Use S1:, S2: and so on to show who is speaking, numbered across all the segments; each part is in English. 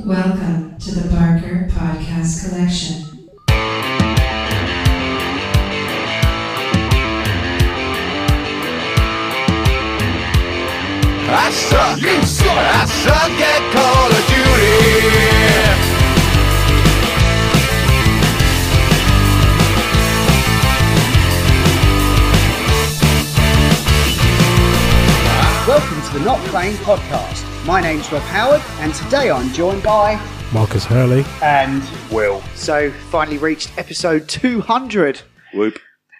S1: Welcome to the Barker Podcast Collection.
S2: I suck, you suck, I suck at Call of Duty.
S3: Welcome to the Not Playing Podcast. My name's Rob Howard, and today I'm joined by
S4: Marcus Hurley.
S3: and Will. So finally reached episode 200,
S5: Whoop.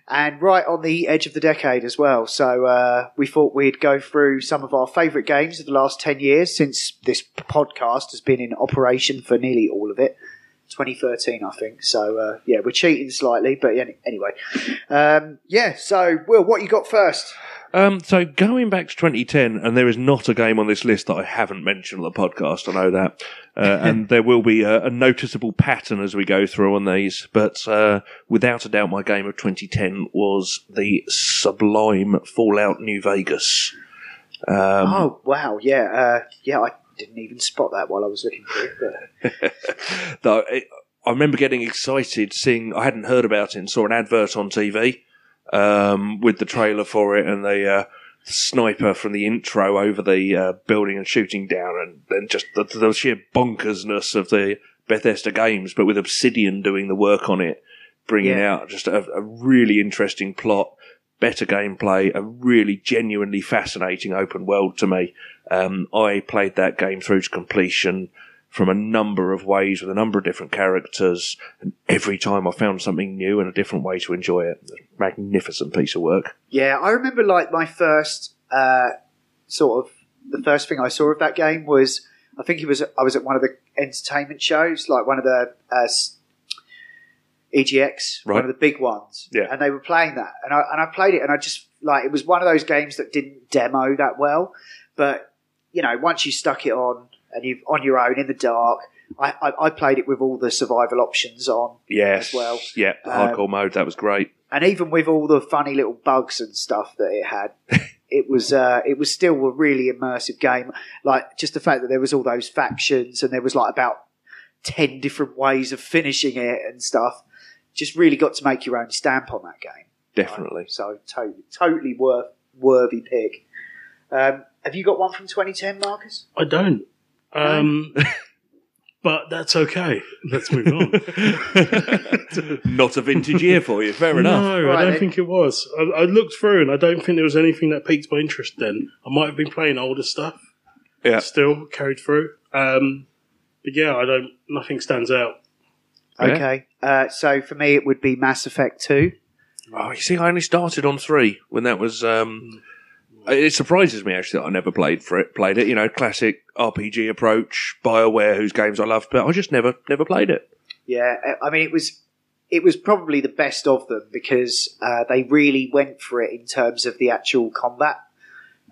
S3: and right on the edge of the decade as well. So uh, we thought we'd go through some of our favourite games of the last 10 years, since this podcast has been in operation for nearly all of it. 2013, I think. So uh, yeah, we're cheating slightly, but any- anyway, um, yeah. So Will, what you got first?
S4: Um,
S5: So going back to 2010, and there is not a game on this list that I haven't mentioned on the podcast. I know that, uh, and there will be a, a noticeable pattern as we go through on these. But uh, without a doubt, my game of 2010 was the sublime Fallout New Vegas.
S3: oh wow, yeah, uh, yeah. I didn't even spot that while I was looking for it. But
S5: Though it, I remember getting excited seeing I hadn't heard about it and saw an advert on TV um, with the trailer for it and the uh, sniper from the intro over the uh, building and shooting down and, and just the, the sheer bonkersness of the Bethesda games, but with Obsidian doing the work on it, bringing
S3: Yeah.
S5: out just a, a really interesting plot, better gameplay, a really genuinely fascinating open world to me. Um, I played that game through to completion from a number of ways with a number of different characters, and every time I found something new and a different way to enjoy it. Magnificent piece of work.
S3: yeah, I remember like my first uh, sort of the first thing I saw of that game was I think it was I was at one of the entertainment shows, like one of the uh, s- EGX, one
S5: Right.
S3: of the big ones,
S5: Yeah.
S3: and they were playing that, and I and I played it, and I just like it was one of those games that didn't demo that well, but you know once you stuck it on and you've on your own in the dark. I, I, I played it with all the survival options on
S5: Yes.
S3: as well.
S5: Yeah, the
S3: Um,
S5: hardcore mode, that was great.
S3: and even with all the funny little bugs and stuff that it had, it was uh, it was still a really immersive game. Like just the fact that there was all those factions and there was like about ten different ways of finishing it and stuff, just really got to make your own stamp on that game.
S5: Definitely.
S3: So totally, totally worth worthy pick. Um, have you got one from 2010, Marcus?
S4: I don't. Um, but that's okay. Let's move on.
S5: Not a vintage year for you, fair enough.
S4: no,
S3: Right,
S4: I don't
S3: then.
S4: think it was. I, I looked through and I don't think there was anything that piqued my interest then. I might have been playing older stuff.
S5: Yeah.
S4: Still carried through. Um, but yeah, I don't. Nothing stands out.
S5: Yeah.
S3: Okay. Uh, so for me, it would be Mass Effect 2.
S5: Oh, you see, I only started on three when that was. Um, it surprises me actually that I never played for it. Played it, you know, classic RPG approach, Bioware, whose games I loved, but I just never, never played it.
S3: Yeah, I- I mean it was it was probably the best of them because uh, they really went for it in terms of the actual combat.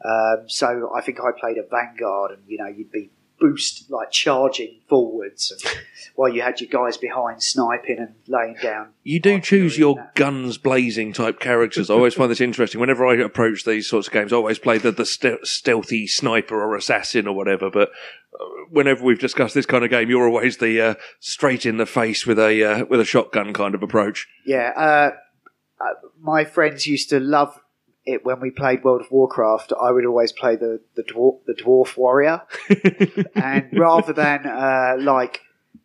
S3: Um, so I think I played a vanguard, and you know you'd be boost like charging forwards, and while you had your guys behind sniping and laying down.
S5: You do choose your
S3: that.
S5: guns blazing type characters. I always find this interesting. Whenever I approach these sorts of games, I always play the, the ste- stealthy sniper or assassin or whatever. But uh, whenever we've discussed this kind of game, you're always the uh, straight in the face with a uh, with a shotgun kind of approach.
S3: Yeah, uh, uh, my friends used to love it when we played World of Warcraft. I would always play the the dwarf, the dwarf warrior, and rather than uh, like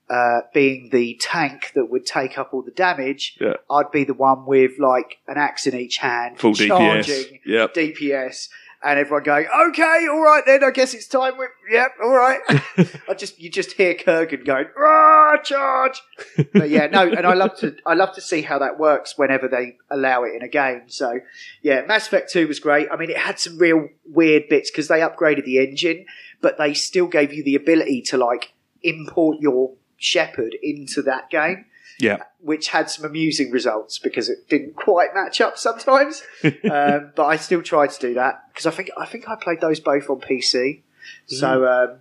S3: uh, being the tank that would take up all the damage,
S5: Yeah.
S3: I'd be the one with like an axe in each hand,
S5: Full DPS.
S3: charging
S5: Yep.
S3: DPS. and everyone going, "Okay, all right then. I guess it's time." We- yep, all right. I just you just hear Kurgan going, "Ah, charge!" But yeah, no, and I love to I love to see how that works whenever they allow it in a game. So yeah, Mass Effect Two was great. I mean, it had some real weird bits because they upgraded the engine, but they still gave you the ability to like import your Shepard into that game
S5: Yeah.
S3: which had some amusing results because it didn't quite match up sometimes. um, but I still tried to do that because I think I think I played those both on PC. So um,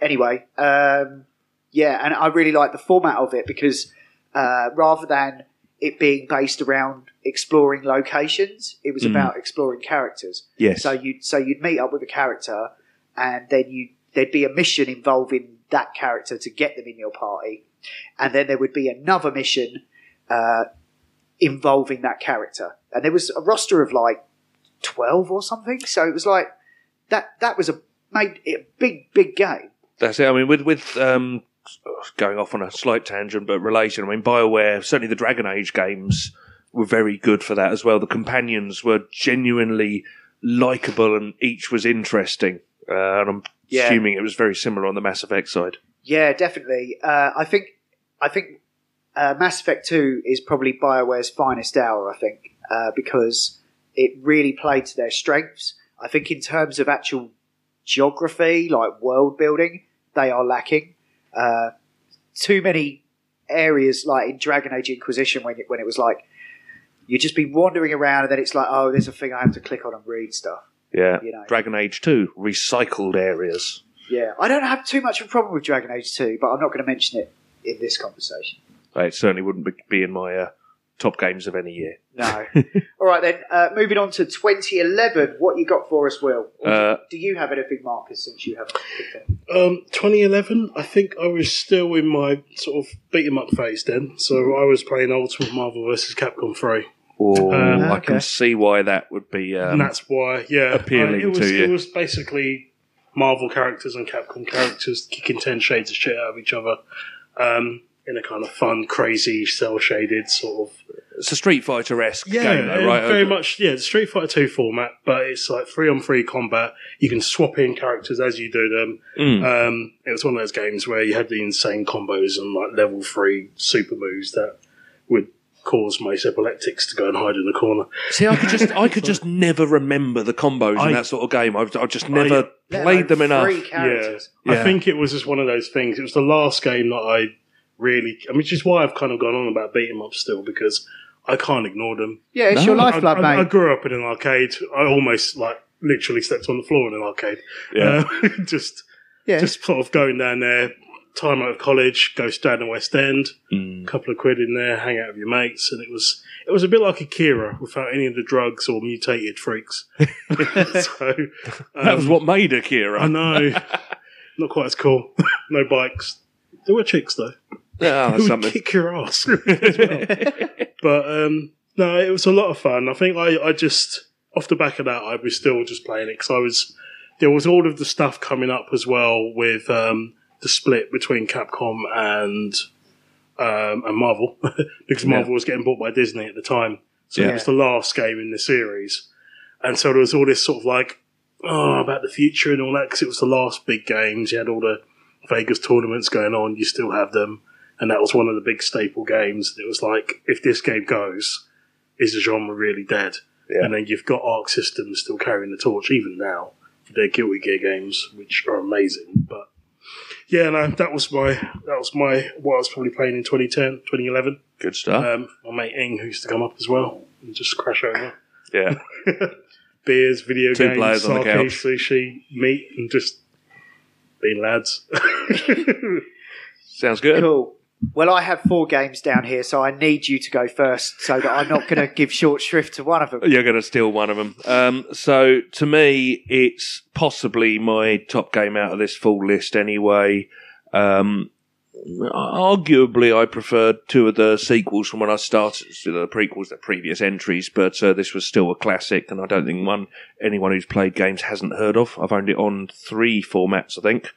S3: anyway, um, yeah, and I really like the format of it because uh, rather than it being based around exploring locations, it was about exploring characters.
S5: Yes.
S3: So you so you'd meet up with a character, and then you there'd be a mission involving that character to get them in your party, and then there would be another mission uh, involving that character, and there was a roster of like twelve or something. So it was like that. That was a made it a big big game.
S5: That's it. I mean, with with um, going off on a slight tangent, but related. I mean, Bioware certainly the Dragon Age games were very good for that as well. The companions were genuinely likable, and each was interesting. Uh, and I'm
S3: Yeah.
S5: assuming it was very similar on the Mass Effect side.
S3: Yeah, definitely. Uh, I think I think uh, Mass Effect Two is probably Bioware's finest hour. I think uh, because it really played to their strengths. I think in terms of actual geography, like world building, they are lacking. Uh, too many areas, like in Dragon Age Inquisition, when it, when it was like you'd just be wandering around, and then it's like, oh, there's a thing I have to click on and read stuff.
S5: Yeah,
S3: You know.
S5: Dragon Age Two recycled areas.
S3: Yeah, I don't have too much of a problem with Dragon Age Two, but I'm not going to mention it in this conversation.
S5: It certainly wouldn't be, be in my uh, top games of any year.
S3: No. All right then. Uh, moving on to 2011. What you got for us, Will? Or
S5: Uh,
S3: do you have anything, Marcus? Since you haven't. picked it?
S4: Um, 2011, I think I was still in my sort of beat 'em up phase then, so I was playing Ultimate Marvel vs. Capcom 3.
S5: Oh,
S4: Um,
S5: I can
S3: okay.
S5: see why that would be. Um,
S4: and that's why, yeah,
S5: appealing
S4: it was,
S5: to you.
S4: It was basically Marvel characters and Capcom characters kicking ten shades of shit out of each other um, in a kind of fun, crazy, cell shaded sort of
S5: it's a Street Fighter esque
S4: yeah,
S5: game, though,
S4: uh,
S5: right?
S4: very much. Yeah, the Street Fighter Two format, but it's like three on three combat. You can swap in characters as you do them.
S5: Mm.
S4: Um, it was one of those games where you had the insane combos and like level three super moves that would cause most epileptics to go and hide in the corner.
S5: See, I could just, I could just never remember the combos
S4: I-
S5: in that sort of game. I've, I've just never
S3: Let
S5: played them
S3: alone
S5: enough.
S3: Three characters.
S5: Yeah.
S4: I think it was just one of those things. It was the last game that I really, I mean, which is why I've kind of gone on about beat 'em up still because I can't ignore them.
S3: Yeah, it's your
S4: I-
S3: lifeblood,
S4: I,
S3: mate.
S4: I grew up in an arcade. I almost like literally stepped on the floor in an arcade.
S5: Yeah.
S4: Uh, just,
S3: yeah.
S4: just sort of going down there. Time out of college, go down the West End,
S5: Mm.
S4: couple of quid in there, hang out with your mates, and it was it was a bit like Akira without any of the drugs or mutated freaks. so
S5: that was what made Akira.
S4: I know. Not quite as cool. no bikes. There were chicks though.
S5: Ah, that's
S4: Who would
S5: something.
S4: kick your ass? as well. But um, no, it was a lot of fun. I think I, I just off the back of that, I was still just playing it because I was there was all of the stuff coming up as well with um, the split between Capcom and um, and Marvel because Marvel was getting bought by Disney at the time, so
S5: Yeah.
S4: it was the last game in the series, and so there was all this sort of like oh about the future and all that because it was the last big games. You had all the Vegas tournaments going on. You still have them. And that was one of the big staple games. It was like, if this game goes, is the genre really dead?
S5: Yeah.
S4: And then you've got Arc Systems still carrying the torch, even now, for their Guilty Gear games, which are amazing. But yeah, no, that was my, that was my, what I was probably playing in 2010, 2011.
S5: Good stuff.
S4: Um, my mate Ing, who used to come up as well and just crash over.
S5: yeah,
S4: Beers, video
S5: Two
S4: games,
S5: players on the
S4: sake,
S5: couch.
S4: sushi, meat, and just being lads.
S5: sounds good.
S3: Cool. Well, I have four games down here, so I need you to go first, so that I'm not going to give short shrift to one of them.
S5: You're going to steal one of them. Um, so to me, it's possibly my top game out of this full list anyway. Um, arguably, I preferred two of the sequels from when I started, so the prequels, the previous entries, but uh, this was still a classic, and I don't think one anyone who's played games hasn't heard of. I've owned it on three formats, I think.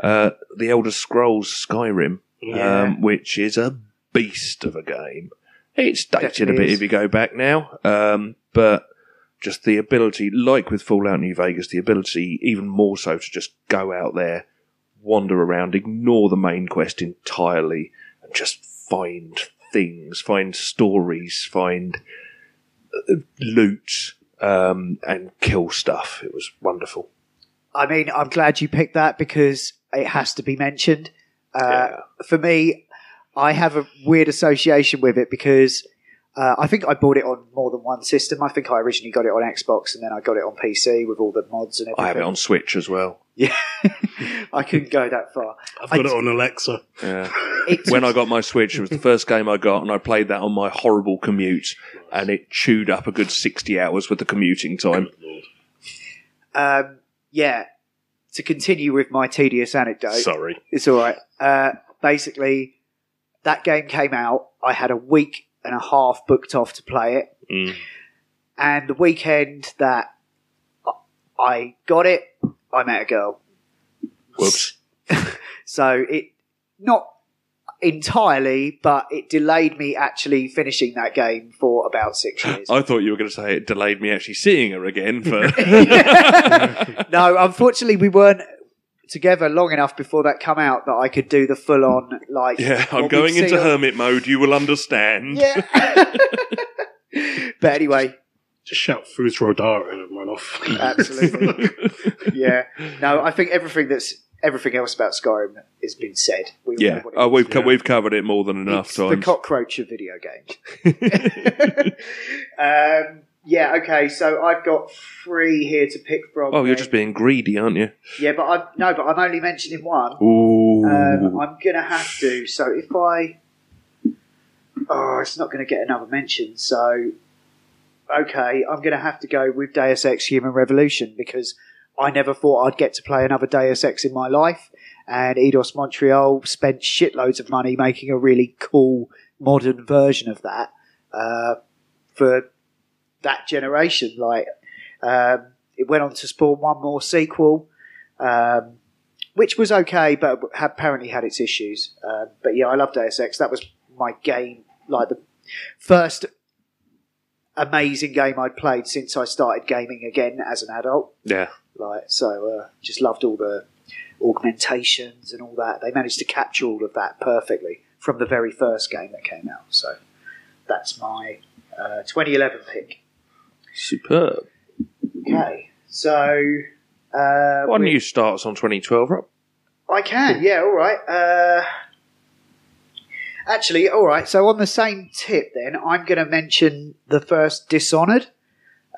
S5: Uh, the Elder Scrolls Skyrim,
S3: Yeah.
S5: um, which is a beast of a game. It's dated a
S3: Definitely
S5: bit
S3: is.
S5: if you go back now, um, but just the ability, like with Fallout New Vegas, the ability even more so to just go out there, wander around, ignore the main quest entirely, and just find things, find stories, find uh, loot, um, and kill stuff. It was wonderful.
S3: I mean, I'm glad you picked that because it has to be mentioned. Uh,
S5: Yeah.
S3: For me, I have a weird association with it because uh, I think I bought it on more than one system. I think I originally got it on Xbox and then I got it on PC with all the mods and everything.
S5: I have it on Switch as well.
S3: I couldn't go that far.
S4: I've got
S3: I-
S4: it on Alexa.
S5: Yeah.
S3: It
S5: when I got my Switch, it was the first game I got, and I played that on my horrible commute, and it chewed up a good 60 hours with the commuting time.
S3: um, yeah. To continue with my tedious anecdote,
S5: Sorry.
S3: it's all right. Uh, basically, that game came out. I had a week and a half booked off to play it.
S5: Mm.
S3: And the weekend that I got it, I met a girl.
S5: Whoops.
S3: So it, not entirely, but it delayed me actually finishing that game for about six years.
S5: I thought you were going to say it delayed me actually seeing her again, but
S3: no, unfortunately, we weren't together long enough before that come out that I could do the full on, like,
S5: yeah,
S3: what
S5: I'm
S3: we'd
S5: going
S3: see
S5: into
S3: on-
S5: hermit mode. You will understand.
S3: Yeah. but anyway,
S4: Just shout through to Rodara and run off.
S3: Absolutely. yeah. No, I think everything that's everything else about Skyrim has been said. We all know
S5: Yeah.
S3: what it
S5: Oh,
S3: is.
S5: we've, co- we've covered it more than enough
S3: It's The
S5: times.
S3: cockroach of video games. um, yeah. Okay. So I've got three here to pick from.
S5: oh, you're
S3: then.
S5: just being greedy, aren't you?
S3: Yeah, but I no, but I'm only mentioning one.
S5: Uh, Ooh.
S3: Um, I'm gonna have to. So if I, oh, it's not gonna get another mention. So okay, I'm gonna have to go with Deus Ex: Human Revolution because I never thought I'd get to play another Deus Ex in my life. And Eidos Montreal spent shitloads of money making a really cool modern version of that uh, for that generation. Like um, it went on to spawn one more sequel. Um, which was okay, but had- apparently had its issues. Um, but yeah, I love Deus Ex. That was my game, like the first amazing game I'd played since I started gaming again as an adult.
S5: yeah.
S3: Like, so uh, just loved all the augmentations and all that. They managed to capture all of that perfectly from the very first game that came out. So that's my uh, 2011 pick.
S5: Superb.
S3: Okay, so. Uh,
S5: Why don't
S3: we-
S5: you start us on 2012, Rob?
S3: I can, yeah, all right. Uh, actually, all right, so on the same tip, then, I'm going to mention the first Dishonored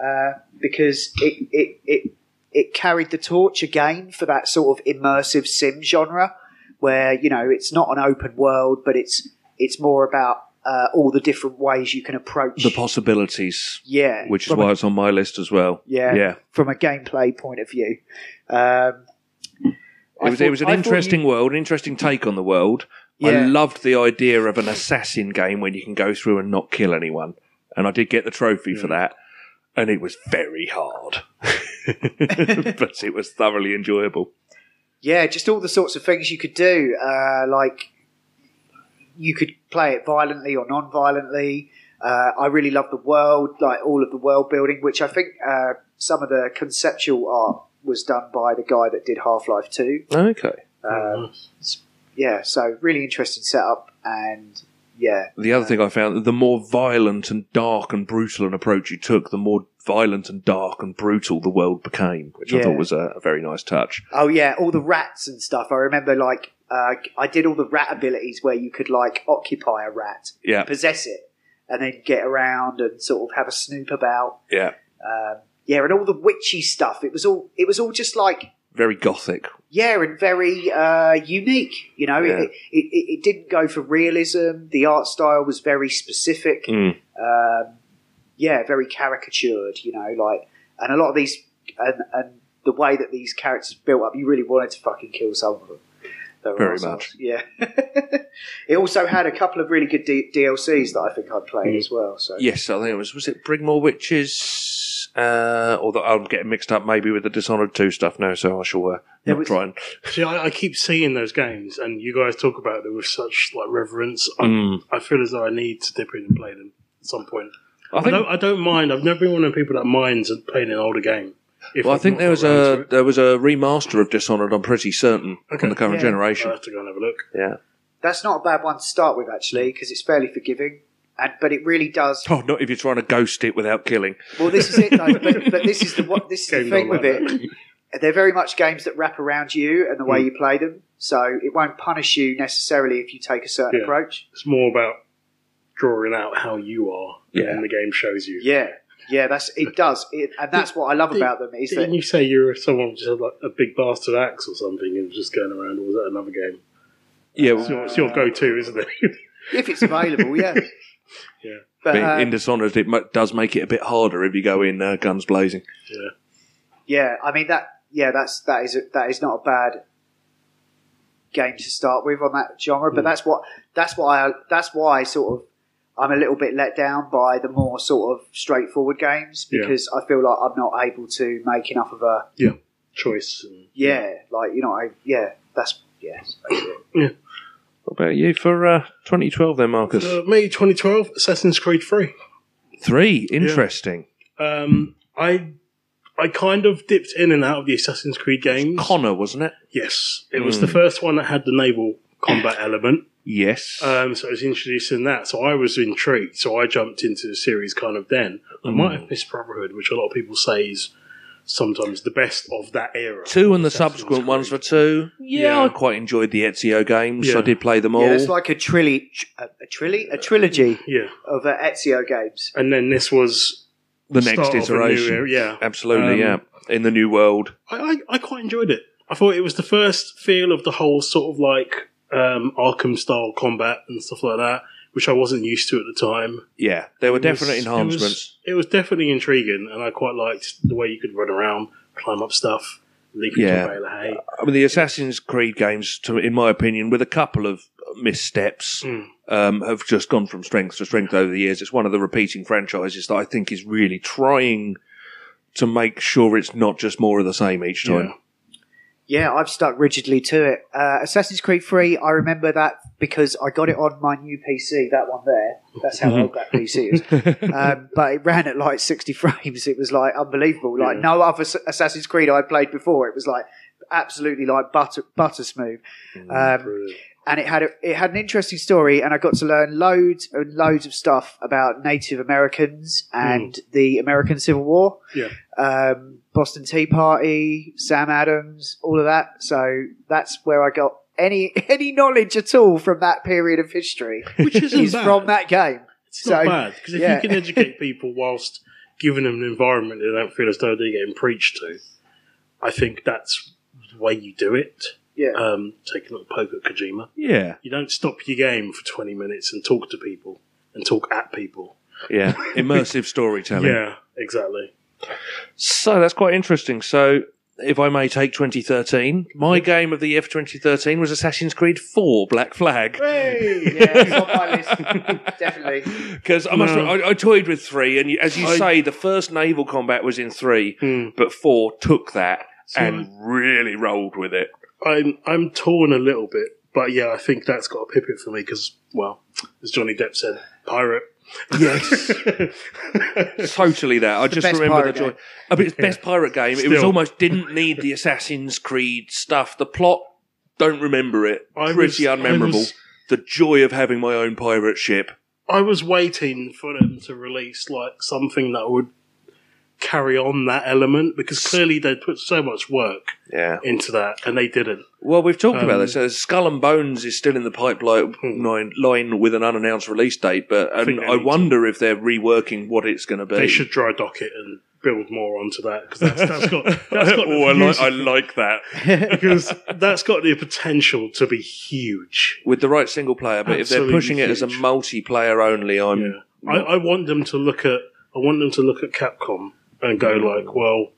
S3: uh, because it, it, it, it carried the torch again for that sort of immersive sim genre where, you know, it's not an open world, but it's, it's more about uh, all the different ways you can approach
S5: The possibilities,
S3: yeah,
S5: which is
S3: from a-
S5: why it's on my list as well.
S3: yeah,
S5: Yeah.
S3: from a gameplay point of view. Um, I
S5: It was,
S3: thought-
S5: it was an
S3: I thought you-
S5: interesting world, an interesting take on the world. I
S3: Yeah.
S5: loved the idea of an assassin game when you can go through and not kill anyone. And I did get the trophy
S3: Hmm.
S5: for that. And it was very hard. but it was thoroughly enjoyable.
S3: yeah, just all the sorts of things you could do. Uh, like you could play it violently or non-violently. Uh, I really love the world, like all of the world building, which I think uh, some of the conceptual art was done by the guy that did Half-Life Two.
S5: Okay.
S3: Yeah, so really interesting setup, and yeah,
S5: The other thing I found that the more violent and dark and brutal an approach you took, the more violent and dark and brutal the world became, which I
S3: Yeah.
S5: thought was a, a very nice touch.
S3: oh yeah, all the rats and stuff. I remember like uh, I did all the rat abilities where you could like occupy a rat,
S5: Yeah.
S3: possess it, and then get around and sort of have a snoop about.
S5: Yeah.
S3: yeah, and all the witchy stuff. It was all it was all just like
S5: Very gothic.
S3: yeah, and very uh, unique. You know,
S5: Yeah.
S3: it, it, it it didn't go for realism. The art style was very specific.
S5: Mm.
S3: Um, yeah, very caricatured. You know, like and a lot of these and and the way that these characters built up, you really wanted to fucking kill some of them. They were
S5: Very
S3: arseholes.
S5: much.
S3: yeah. it also had a couple of really good D- DLCs that I think I played
S5: Hmm.
S3: as well. So
S5: Yes, I think it was. Was it Bring More Witches? Uh, although I'm getting mixed up maybe with the Dishonored 2 stuff now, so I shall uh,
S3: There
S5: not
S3: was-
S5: try and.
S4: See, I, I keep seeing those games, and you guys talk about them with such like reverence. I,
S5: Mm.
S4: I feel as though I need to dip in and play them at some point.
S5: I
S4: I
S5: think
S4: don't, I don't mind. I've never been one of the people that minds playing an older game. If
S5: Well, I
S4: I've
S5: think
S4: not
S5: there
S4: got
S5: was
S4: round to
S5: a
S4: it.
S5: there was a remaster of Dishonored. I'm pretty certain
S4: Okay.
S5: on the current
S3: Yeah.
S4: I
S5: generation.
S4: have to go and have a look.
S5: Yeah.
S3: That's not a bad one to start with, actually, because it's fairly forgiving. And, but it really does.
S5: Oh, not if you're trying to ghost it without killing.
S3: Well, this is it, though. but, but this is the what this is the
S4: Game
S3: thing
S4: not
S3: with
S4: like Mm.
S3: it. They're very much games that wrap around you and the way you play them. So it won't punish you necessarily if you take a certain
S4: Yeah.
S3: approach.
S4: It's more about drawing out how you are,
S5: Yeah.
S4: and the game shows you.
S3: Yeah, yeah. That's it. Does it, and that's what I love about them is
S4: Didn't
S3: that
S4: you say you were someone who just had like a big bastard axe or something and was just going around, or was that another game?
S5: Yeah,
S4: It's your, it's
S3: Uh,
S4: your go-to, isn't it?
S3: if it's available, yeah.
S4: Yeah.
S3: But,
S5: but
S3: uh,
S5: in Dishonored, it mu- does make it a bit harder if you go in uh, guns blazing.
S3: yeah, I mean that. Yeah, that's that is a, that is not a bad game to start with on that genre. But that's what that's why I, that's why I sort of I'm a little bit let down by the more sort of straightforward games
S4: Yeah.
S3: because I feel like I'm not able to make enough of a
S4: yeah, choice. And,
S3: yeah, like you know, I, yeah, that's yeah. that's basically it.
S5: What about you for uh, 2012 then, Marcus?
S4: uh, May 2012, Assassin's Creed 3.
S5: Three, interesting.
S4: Um, I I kind of dipped in and out of the Assassin's Creed games.
S5: Connor, wasn't it?
S4: yes, it was the
S5: Hmm.
S4: first one that had the naval combat element.
S5: Yes.
S4: Um, so it was introduced in that. So I was intrigued. So I jumped into the series kind of then. I
S5: Hmm.
S4: might have missed Brotherhood, which a lot of people say is sometimes the best of that era.
S5: two and the
S4: Assassin's
S5: subsequent
S4: Creed.
S5: ones for two. Yeah,
S4: Yeah.
S5: I quite enjoyed the Ezio games.
S4: Yeah.
S5: I did play them all.
S3: Yeah, it's like a trilly, a, a trilly, a trilogy
S4: Yeah.
S3: of uh, Ezio games.
S4: And then this was
S5: the next
S4: start of a new
S5: iteration.
S4: era, yeah.
S5: Absolutely,
S4: Um,
S5: yeah. In the new world.
S4: I, I, I quite enjoyed it. I thought it was the first feel of the whole sort of like um, Arkham style combat and stuff like that, which I wasn't used to at the time.
S5: Yeah, there were
S4: It was-
S5: definite
S4: It
S5: enhancements.
S4: was, it was definitely intriguing, and I quite liked the way you could run around, climb up stuff, leap into
S5: Yeah.
S4: a bale of hay.
S3: Uh,
S5: I mean, the Assassin's Creed games, to, in my opinion, with a couple of missteps,
S4: Hmm.
S5: um, have just gone from strength to strength over the years. It's one of the repeating franchises that I think is really trying to make sure it's not just more of the same each time.
S3: Yeah, I've stuck rigidly to it. Uh, Assassin's Creed 3, I remember that because I got it on my new PC, that one there. That's how old that PC is. Um, but it ran at like 60 frames. It was like unbelievable. Like no other Ass- Assassin's Creed I played before. It was like absolutely like butter, butter smooth. Um, and it had, a, it had an interesting story, and I got to learn loads and loads of stuff about Native Americans and the American Civil War
S4: Yeah.
S3: um, Boston Tea Party, Sam Adams, all of that. So that's where I got any any knowledge at all from that period of history, which
S4: isn't
S3: is
S4: bad.
S3: from that game.
S4: It's
S3: so
S4: not bad, because if
S3: yeah.
S4: you can educate people whilst giving them an environment they don't feel as though they're getting preached to, I think that's the way you do it.
S3: yeah,
S4: Um, take a little poke at Kojima.
S5: Yeah,
S4: You don't stop your game for 20 minutes and talk to people and talk at people.
S5: yeah. Immersive storytelling.
S4: Yeah, exactly.
S5: So that's quite interesting. So, if I may take 2013, my game of the year for 2013 was Assassin's Creed 4 Black Flag.
S3: yeah, it's on my list, definitely.
S5: Because I must, I, I toyed with three, and you- as you say, the first naval combat was in three,
S4: Hmm.
S5: but four took that and really rolled with it.
S4: I'm I'm torn a little bit, but yeah, I think that's got a pip it for me because, well, as Johnny Depp said, pirate.
S5: Yes, totally. That I just
S3: best
S5: remember the
S3: pirate
S5: joy.
S3: game.
S5: Uh, but it's best pirate game. It was
S4: Still.
S5: almost didn't need the Assassin's Creed stuff. The plot, don't remember it.
S4: I
S5: Pretty
S4: was- I
S5: unmemorable.
S4: was-
S5: the joy of having my own pirate ship.
S4: I was waiting for them to release like something that would carry on that element because clearly they put so much work
S5: Yeah.
S4: into that and they didn't.
S5: Well, we've talked about
S4: Um,
S5: this. Uh, Skull and Bones is still in the pipeline line, line with an unannounced release date, but and
S4: Hmm. think they
S5: I
S4: need to-
S5: wonder if they're reworking what it's going to be.
S4: They should dry dock it and build more onto that because that's, that's got that's got
S5: oh, I, like, I like that.
S4: because that's got the potential to be huge.
S5: With the right single player, but if
S4: Absolutely
S5: they're pushing it as a
S4: huge.
S5: multiplayer only, I'm.
S4: Yeah. I, I want them to look at I want them to look at Capcom and go like, well,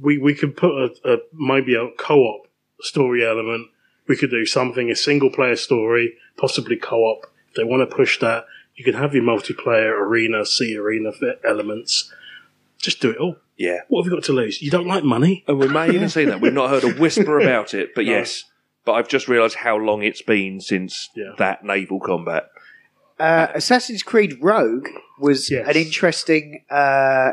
S4: we we could put a, a maybe a co-op story element. We could do something a single player story, possibly co-op. If they want to push that, you can have your multiplayer arena, C arena f- elements. Just do it all.
S5: Yeah.
S4: What have you got to lose? You don't like money?
S5: And we may even see that. We've not heard a whisper about it, but yes. But I've just realised how long it's been since
S4: Yeah.
S5: that naval combat.
S3: uh, Assassin's Creed Rogue was
S4: Yes.
S3: an interesting uh,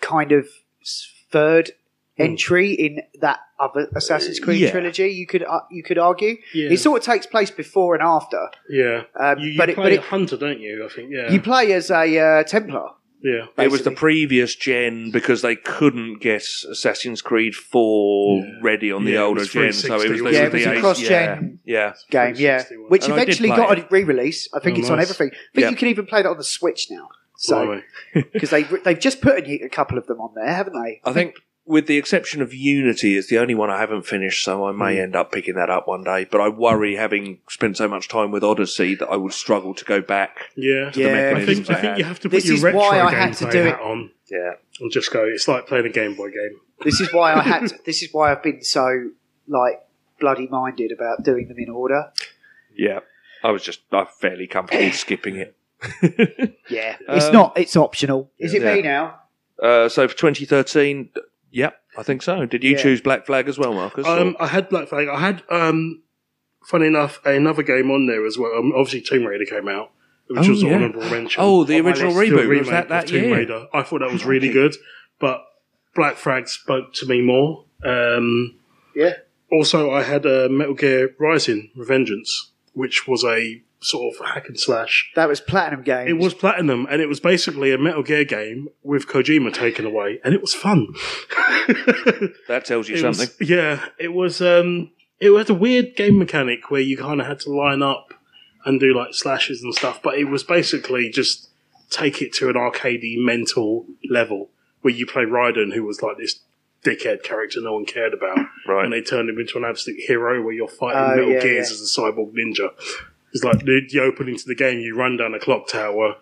S3: kind of s- third entry in that other Assassin's Creed
S5: yeah.
S3: trilogy. You could uh, you could argue
S4: Yeah.
S3: it sort of takes place before and after.
S4: Yeah,
S3: Um,
S4: you, you
S3: but it-
S4: play
S3: but
S4: a
S3: it-
S4: hunter, don't you? I think yeah,
S3: You play as a uh, Templar.
S4: yeah.
S5: It was the previous gen because they couldn't get Assassin's Creed 4 ready on the
S4: Yeah, it
S5: older
S4: was
S5: gen. So it was,
S4: 360,
S5: the-
S3: Yeah, it
S5: it was
S3: was a
S5: the eight-
S3: cross-gen.
S5: Yeah.
S3: Game, yeah,
S4: 360 one.
S3: which
S5: And I did
S3: eventually
S5: play
S3: got
S5: it.
S3: a re-release. I think
S4: Oh,
S3: it's on
S4: nice.
S3: everything. I think
S5: Yeah.
S3: you can even play it on the Switch now. So
S4: Blimey.
S3: because they they've just put a, a couple of them on there, haven't they?
S5: yeah. I think, with the exception of Unity, it's the only one I haven't finished, so I may end up picking that up one day. But I worry, having spent so much time with Odyssey, that I would struggle to go back.
S4: yeah.
S3: Yeah,
S4: I
S5: mechanisms
S4: think,
S5: they
S4: I think
S5: had.
S4: you have to put
S3: This
S4: your
S3: is
S4: retro
S3: why I
S4: gameplay
S3: had to do it.
S4: hat on
S5: Yeah.
S4: and just go. It's like playing a Game Boy game.
S3: This is why I had. To, this is why I've been so like bloody minded about doing them in order.
S5: Yeah. I was just I'm fairly comfortable skipping it.
S3: Yeah, it's not. It's optional. Is it me
S5: Um, Yeah.
S3: now?
S5: Uh, so for 2013, yeah, I think so. Did you
S3: Yeah.
S5: choose Black Flag as well, Marcus? or-
S4: Um, I had Black Flag. I had, um, funny enough, another game on there as well. Um, obviously, Tomb Raider came out, which
S5: Oh,
S4: was an
S5: yeah.
S4: honourable mention.
S5: oh, the
S3: on my
S5: original
S3: list, Oh,
S5: reboot
S4: The remake
S5: was that
S4: of
S5: that
S4: Tomb
S5: year.
S4: Raider. I thought that was really good, but Black Flag spoke to me more. Um,
S3: Yeah.
S4: also, I had uh, Metal Gear Rising: Revengeance, which was a sort of hack and slash.
S3: That was platinum games.
S4: It was platinum, and it was basically a Metal Gear game with Kojima taken away, and it was fun.
S5: That tells you
S4: It was-
S5: something.
S4: yeah, it was. Um, it had a weird game mechanic where you kind of had to line up and do like slashes and stuff, but it was basically just take it to an arcadey mental level where you play Raiden, who was like this dickhead character no one cared about,
S5: Right.
S4: and they turned him into an absolute hero where you're fighting
S3: Oh,
S4: Metal
S3: yeah,
S4: Gears
S3: yeah.
S4: as a cyborg ninja. It's like the, the opening to the game, you run down a clock tower,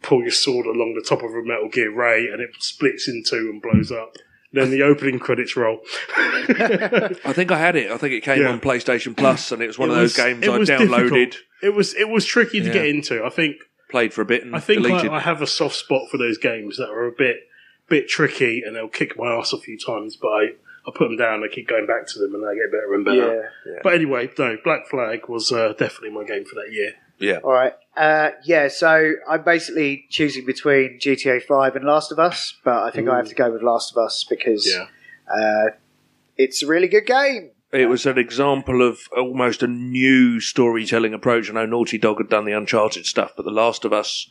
S4: pull your sword along the top of a Metal Gear Ray, and it splits in two and blows up. Then the opening credits roll.
S5: I think I had it. I think it came
S4: Yeah.
S5: on PlayStation Plus, and it was one
S4: It
S5: of those
S4: was-
S5: games
S4: it
S5: I
S4: was
S5: downloaded,
S4: difficult. It was it was tricky to
S5: Yeah.
S4: get into. I think
S5: played for a bit, and
S4: I think
S5: deleted.
S4: I, I have a soft spot for those games that are a bit bit tricky, and they'll kick my ass a few times, but I, I put them down. I keep going back to them, and they get better and
S3: Yeah.
S4: better. But anyway, no, Black Flag was uh, definitely my game for that year.
S5: yeah,
S3: All right. Uh, yeah. So I'm basically choosing between GTA Five and Last of Us, but I think I have to go with Last of Us because
S4: Yeah.
S3: uh, it's a really good game.
S5: it was an example of almost a new storytelling approach. I know Naughty Dog had done the Uncharted stuff, but The Last of Us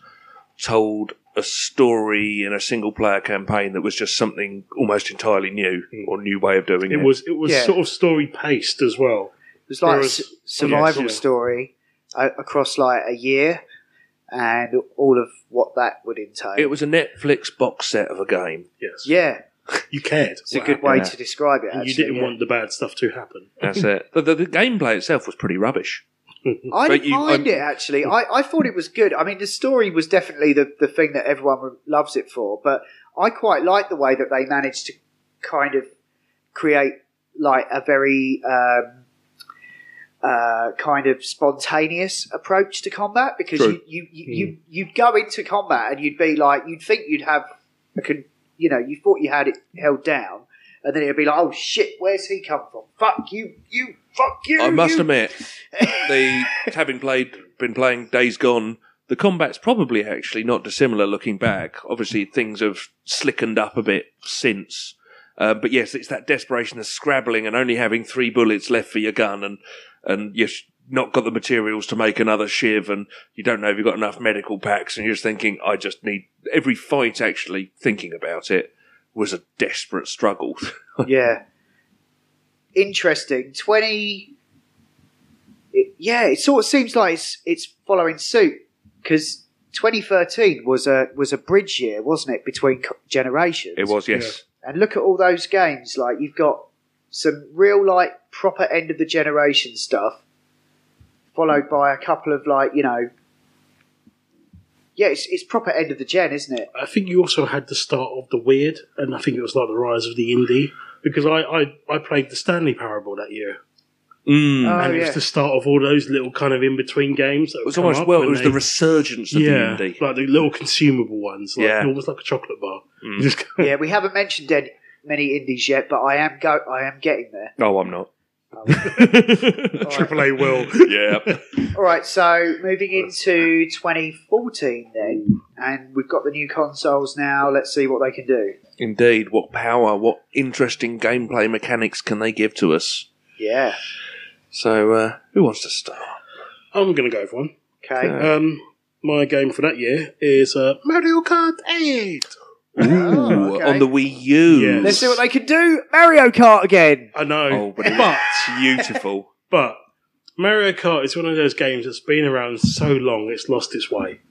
S5: told a story in a single player campaign that was just something almost entirely new or new way of doing it.
S4: Hmm. It was it was
S3: Yeah.
S4: sort of story paced as well.
S3: It was like a
S4: Whereas-
S3: s- survival
S4: yes, yeah.
S3: story uh, across like a year, and all of what that would entail.
S5: It was a Netflix box set of a game.
S4: Yes,
S3: yeah,
S4: you cared.
S3: it's a good way to describe it. Actually,
S4: you didn't
S3: yeah.
S4: want the bad stuff to happen.
S5: That's it. The, the, the gameplay itself was pretty rubbish.
S3: I
S5: But
S3: didn't
S5: you-
S3: mind
S5: I'm-
S3: it actually. I, I thought it was good. I mean, the story was definitely the, the thing that everyone loves it for, but I quite like the way that they managed to kind of create like a very um, uh, kind of spontaneous approach to combat because
S5: True. Hmm.
S3: you, you, you, you, you'd go into combat and you'd be like, you'd think you'd have, a con- you know, you thought you had it held down. And then it'd be like, oh shit, where's he come from? Fuck you, you, fuck you.
S5: I must
S3: you.
S5: admit, the having played been playing Days Gone, the combat's probably actually not dissimilar looking back. Obviously, things have slickened up a bit since. Uh, but yes, it's that desperation of scrabbling and only having three bullets left for your gun, and and you've not got the materials to make another shiv, and you don't know if you've got enough medical packs, and you're just thinking, I just need every fight. Actually, thinking about it was a desperate struggle.
S3: yeah. Interesting. 20. It, yeah, it sort of seems like it's, it's following suit because 2013 was a was a bridge year, wasn't it, between co- generations?
S5: it was yes,
S3: And look at all those games. Like you've got some real like proper end of the generation stuff, followed by a couple of like you know. Yeah, it's, it's proper end of the gen, isn't it?
S4: I think you also had the start of the weird, and I think it was like the rise of the indie because I I, I played the Stanley Parable that year.
S5: Mm.
S3: Oh,
S4: and it
S3: yeah.
S4: was the start of all those little kind of in between games. That
S5: It was almost well. It was the resurgence of
S4: yeah,
S5: the indie.
S4: like the little consumable ones, like,
S5: Yeah. Mm.
S4: almost like a chocolate bar. You just go-
S3: yeah, we haven't mentioned any, many indies yet, but I am go I am getting there.
S5: No, Oh, I'm not.
S4: Triple A will.
S5: yeah.
S3: All right, so moving into 2014 then, and we've got the new consoles now. Let's see what they can do.
S5: Indeed. What power, what interesting gameplay mechanics can they give to us?
S3: Yeah.
S5: So, uh, who wants to start?
S4: I'm going to go for one.
S3: Okay.
S4: Um, my game for that year is uh, Mario Kart 8.
S5: Ooh,
S3: Oh, okay.
S5: on the Wii U.
S4: Yes.
S3: Let's see what they can do. Mario Kart again.
S4: I know,
S5: Oh, but
S4: but,
S5: it-
S4: but
S5: Beautiful.
S4: Mario Kart is one of those games that's been around so long it's lost its way.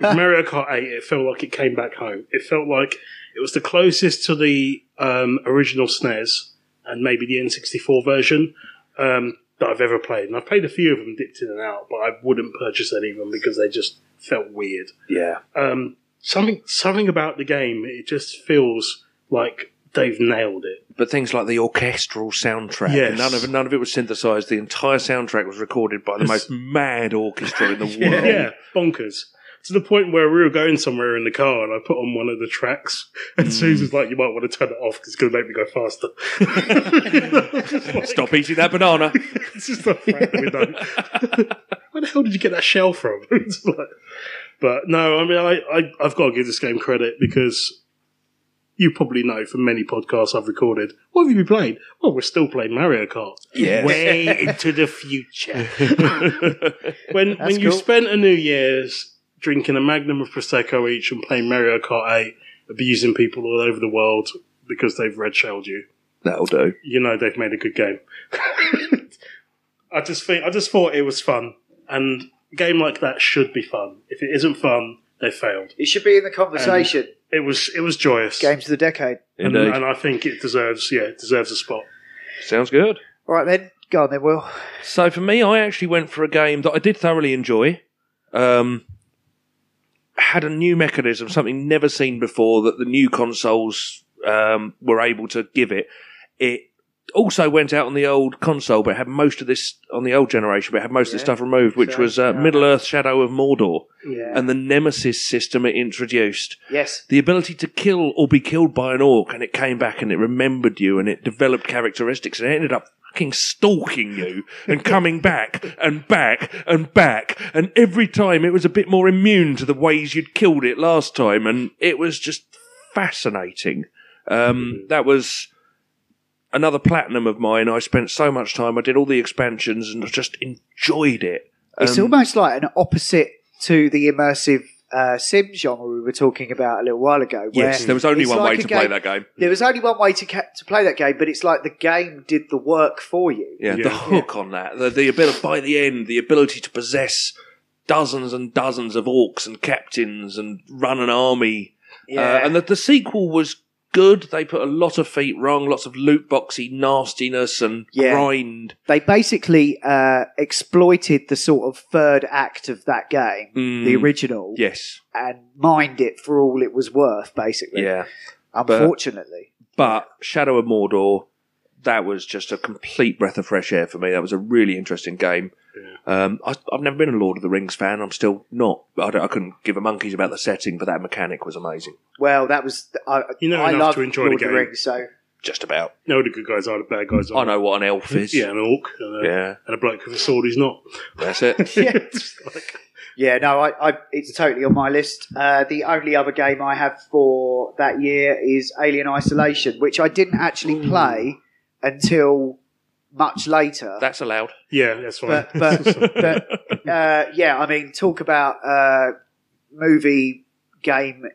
S4: With Mario Kart 8, it felt like it came back home. It felt like it was the closest to the um, original SNES and maybe the N64 version um, that I've ever played. And I've played a few of them, dipped in and out, but I wouldn't purchase any of them because they just felt weird.
S5: Yeah.
S4: um, something something about the game. It just feels like they've nailed it.
S5: But things like the orchestral soundtrack,
S4: Yes.
S5: none of none of it was synthesized. The entire soundtrack was recorded by the most mad orchestra in the world.
S4: Yeah, bonkers. To the point where we were going somewhere in the car, and I put on one of the tracks, and Susan's like, "You might want to turn it off because it's going to make me go faster."
S5: Stop eating that banana.
S4: It's just like, frankly, no. Where the hell did you get that shell from? It's like- but no, I mean, I, I, I've got to give this game credit because you probably know from many podcasts I've recorded. What have you been playing? Well, we're still playing Mario Kart.
S5: Yes.
S4: Way into the future. when when you
S3: cool.
S4: spent a New Year's drinking a magnum of Prosecco each and playing Mario Kart 8, abusing people all over the world because they've red shelled you
S5: That'll do.
S4: you know they've made a good game. I just think I just thought it was fun, and a game like that should be fun. If it isn't fun, they failed.
S3: It should be in the conversation.
S4: It was it was joyous,
S3: Um, Games of the decade.
S4: and,
S5: Indeed.
S4: and I think it deserves yeah it deserves a spot.
S5: Sounds good.
S3: All right then, go on then, Will.
S5: So for me, I actually went for a game that I did thoroughly enjoy. Um, had a new mechanism, something never seen before that the new consoles um, were able to give it. It also went out on the old console, but had most of this on the old generation, but had most of this stuff removed, which was uh, Middle Earth: Shadow of Mordor, and the Nemesis system it introduced
S3: Yes.
S5: the ability to kill or be killed by an orc, and it came back and it remembered you, and it developed characteristics, and it ended up fucking stalking you and coming back and back and back, and every time it was a bit more immune to the ways you'd killed it last time, and it was just fascinating.
S3: Mm-hmm.
S5: Um, that was another platinum of mine. I spent so much time. I did all the expansions and I just enjoyed it.
S3: It's
S5: Um,
S3: almost like an opposite to the immersive uh, sim genre we were talking about a little while ago. Where
S5: Yes, there was only
S3: it's
S5: one
S3: like
S5: way
S3: a
S5: to play that game.
S3: There was only one way to ca- to play that game, but it's like the game did the work for you.
S5: Yeah,
S4: Yeah.
S5: the hook on that, the, the ability by the end, the ability to possess dozens and dozens of orcs and captains and run an army.
S3: Yeah.
S5: Uh, and that the sequel was good. They put a lot of feet wrong, lots of loot boxy nastiness and
S3: Yeah.
S5: grind.
S3: They basically uh, exploited the sort of third act of that game, the original,
S5: Yes,
S3: and mined it for all it was worth. Basically,
S5: yeah.
S3: Unfortunately,
S5: But Shadow of Mordor, that was just a complete breath of fresh air for me. That was a really interesting game. Um, I, I've never been a Lord of the Rings fan. I'm still not. I, don't- I couldn't give a monkey's about the setting, but that mechanic was amazing.
S3: well, that was I,
S4: You know
S3: I
S4: enough
S3: love
S4: to enjoy the
S3: Lord of
S4: game.
S3: the Rings, so
S5: Just about.
S4: You know the good guys are the bad guys.
S5: I
S4: Are
S5: know what an elf is.
S4: yeah, an orc, and a,
S5: Yeah.
S4: and a bloke with a sword. He's not.
S5: That's it.
S3: Yeah, no, I, I it's totally on my list. Uh, the only other game I have for that year is Alien Isolation, which I didn't actually play until much later.
S5: That's allowed.
S4: Yeah, that's fine.
S3: but but, but uh, yeah, I mean, talk about uh, movie game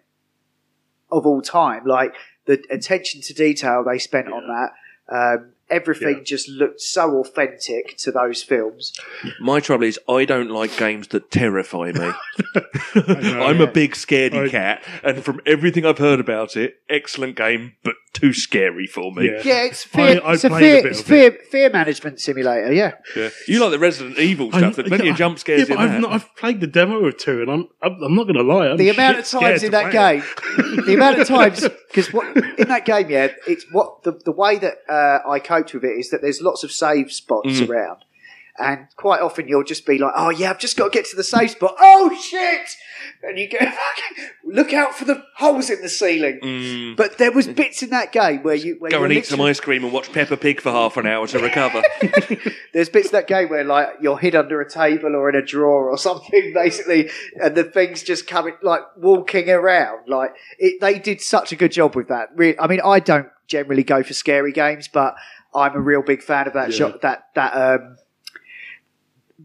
S3: of all time. Like the attention to detail they spent on that. Um, everything
S4: Yeah.
S3: just looked so authentic to those films.
S5: My trouble is I don't like games that terrify me. I'm a big scaredy
S4: I-
S5: cat, and from everything I've heard about it, excellent game, but too scary for me.
S4: yeah.
S3: Yeah, it's fear.
S4: I
S3: it's a
S4: played a
S3: fear,
S4: bit
S3: it's
S4: of
S3: fear, fear management simulator. Yeah,
S5: Yeah. You like the Resident Evil stuff? There's plenty
S4: yeah,
S5: of jump scares in
S4: yeah, but
S5: that.
S4: I've, not, I've played the demo of two, and I'm I'm, I'm not going to lie. I'm
S3: the amount
S4: shit
S3: of times
S4: scared
S3: in
S4: to
S3: that
S4: play it.
S3: game, the amount of times because what in that game, yeah,
S5: Mm.
S3: it's what the the way that uh, I coped with it is that there's lots of save spots around, And quite often you'll just be like, oh yeah, I've just got to get to the safe spot. Oh shit! And you go, fucking look out for the holes in the ceiling. But there was bits in that game where you where
S5: Mm. Go
S3: you're
S5: and eat some
S3: literally-
S5: ice cream and watch Peppa Pig for half an hour to recover.
S3: There's bits in that game where like you're hid under a table or in a drawer or something basically, and the things just coming like walking around. Like it, they did such a good job with that. Re- I mean, I don't generally go for scary games, but I'm a real big fan of that shot that that um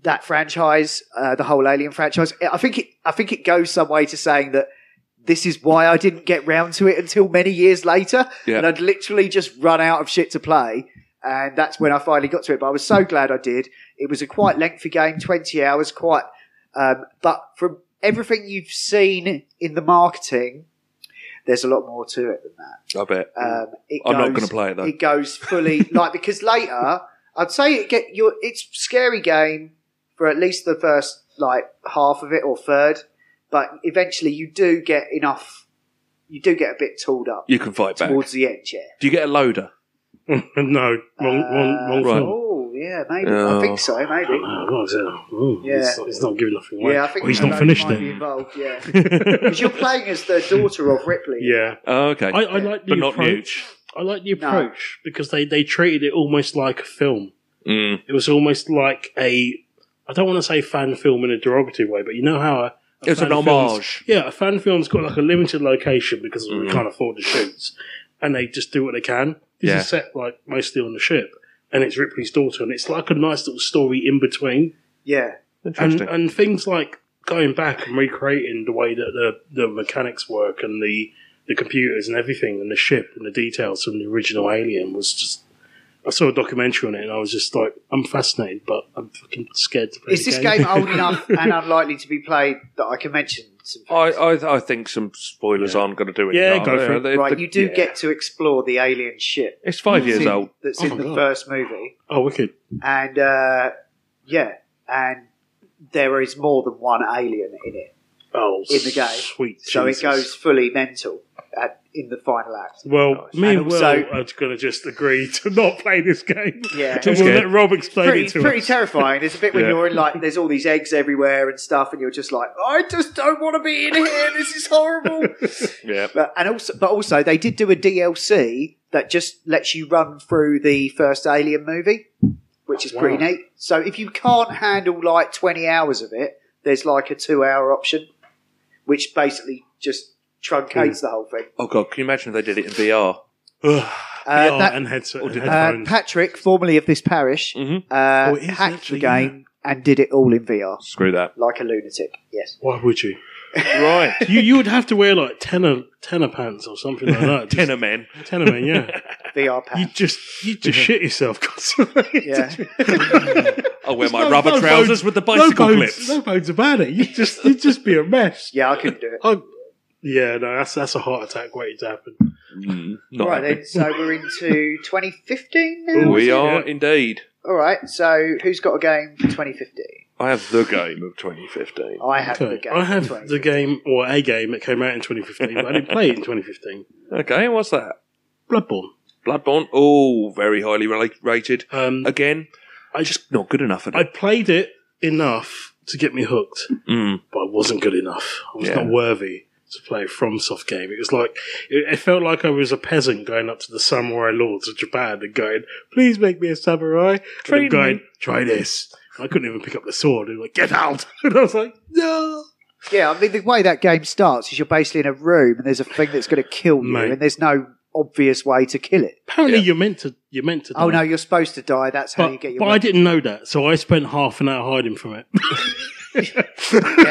S3: that franchise, uh, the whole Alien franchise. I think it, I think it goes some way to saying that. This is why I didn't get round to it until many years later,
S5: Yeah.
S3: and I'd literally just run out of shit to play and that's when I finally got to it. But I was so glad I did. It was a quite lengthy game, twenty hours, quite. Um, but from everything you've seen in the marketing, there's a lot more to it than that.
S5: I bet.
S4: Uh,
S3: Um, it
S5: I'm not
S3: goes-
S5: gonna play it, though.
S3: It goes fully like because later I'd say it get your it's scary game for at least the first like half of it or third, but eventually you do get enough. You do get a bit tooled up
S5: you can fight back.
S3: towards the end, yeah.
S5: Do you get a loader?
S4: no, wrong, wrong, wrong
S5: Right.
S4: film.
S3: Oh yeah, maybe
S5: Oh.
S3: I think so, maybe.
S4: Oh, what is it? Oh,
S3: Yeah.
S4: it's, not- it's not giving nothing away.
S3: Yeah, I think
S4: Well, he's
S3: Malone
S4: not finished
S3: might be
S4: it.
S3: Involved, yeah, because you're playing as the daughter of Ripley.
S4: Yeah,
S5: Oh, okay.
S4: I, I like the
S5: but not
S4: approach. I like the
S3: No.
S4: approach because they they treated it almost like a film.
S5: Mm.
S4: It was almost like a. I don't want to say fan film in a derogative way, but you know how a, a
S5: It was an
S4: fan film's-
S5: homage.
S4: Yeah, a fan film's got like a limited location because we
S5: Mm.
S4: can't afford the shoots, and they just do what they can. This
S5: Yeah.
S4: is set like mostly on the ship, and it's Ripley's daughter, and it's like a nice little story in between,
S3: yeah,
S4: and
S5: Interesting.
S4: and things like going back and recreating the way that the the mechanics work and the the computers and everything and the ship and the details from the original Alien was just. I saw a documentary on it, and I was just like, I'm fascinated, but I'm fucking scared to play
S3: is
S4: the
S3: this game old enough and unlikely to be played that I can mention? Some
S5: I, I, I think some spoilers aren't going to do it. uh,
S4: Yeah, go for it.
S3: right, you do get to explore the alien ship
S5: It's five years
S3: that's in-
S5: old.
S3: that's
S4: Oh
S3: in
S4: my
S3: the
S4: God.
S3: first movie,
S4: oh, wicked!
S3: and uh, yeah, and there is more than one alien in it,
S4: Oh,
S3: In the game.
S4: sweet.
S3: so
S4: Jesus.
S3: it goes Oh, fully mental at, in the final act.
S4: Well, me and,
S3: And also-
S4: Will are going to just agree to not play this game.
S3: Yeah.
S4: and we'll
S5: scared.
S4: let Rob explain
S3: pretty,
S4: it to
S3: pretty
S4: us.
S3: terrifying. There's a bit when
S5: Yeah.
S3: you're in like there's all these eggs everywhere and stuff, and you're just like, I just don't want to be in here. This is horrible.
S5: Yeah.
S3: but and also, but also they did do a DLC that just lets you run through the first Alien movie, which is pretty neat. So if you can't handle like 20 hours of it, there's like a two-hour option, which basically just truncates the whole thing.
S5: Oh, God. Can you imagine if they did it in VR?
S3: Uh,
S4: VR
S3: that-
S4: and headset and
S3: Uh,
S4: headphones.
S3: Patrick, formerly of this parish,
S4: Oh,
S3: uh,
S4: it is
S3: hacked the
S4: actually,
S3: game and did it all in VR
S5: Screw that.
S3: like a lunatic. Yes.
S4: Why would you?
S5: Right.
S4: You you would have to wear like tenor tenor pants or something like that. Just-
S5: Tenor men.
S4: tenor man, yeah.
S3: VR
S4: You
S3: patch.
S4: just you just shit yourself constantly.
S3: Yeah.
S5: I'll wear my
S4: No-
S5: rubber
S4: no
S5: trousers
S4: bones-
S5: with the bicycle
S4: no bones,
S5: clips.
S4: No bones about it. You just you just be a mess.
S3: yeah, I couldn't do it.
S4: Oh, yeah, no, that's that's a heart attack waiting to happen.
S5: Not
S3: right
S5: happening.
S3: then, so we're into 2015 now.
S4: Ooh.
S5: We
S4: Yeah.
S5: are indeed.
S3: All right, so who's got a game for 2015?
S5: I have the game of 2015.
S3: I have the
S4: Okay.
S3: game.
S4: I have
S3: for 2015.
S4: the game or a game that came out in 2015, but I didn't play it in 2015.
S5: Okay, what's that?
S4: Bloodborne.
S5: Bloodborne. Oh, very highly rela- rated.
S4: Um,
S5: Again,
S4: I just
S5: just not good enough. At
S4: I
S5: it.
S4: played it enough to get me hooked,
S5: Mm.
S4: but I wasn't good enough. I was
S5: Yeah.
S4: not worthy to play a FromSoft game. It was like it, it felt like I was a peasant going up to the samurai lords of Japan and going, "Please make me a samurai." Try and
S5: Train
S4: I'm going, "Try this." I couldn't even pick up the sword. They were like, "Get out!" And I was like, "No."
S3: Yeah, I mean, the way that game starts is you're basically in a room and there's a thing that's going to kill you,
S4: Mate.
S3: and there's no obvious way to kill it.
S4: Apparently, you're meant to. You're meant to.
S3: Oh,
S4: die.
S3: no, you're supposed to die. That's how you
S4: But,
S3: get your
S4: but I
S3: weapon.
S4: didn't know that, so I spent half an hour hiding from it.
S3: Yeah,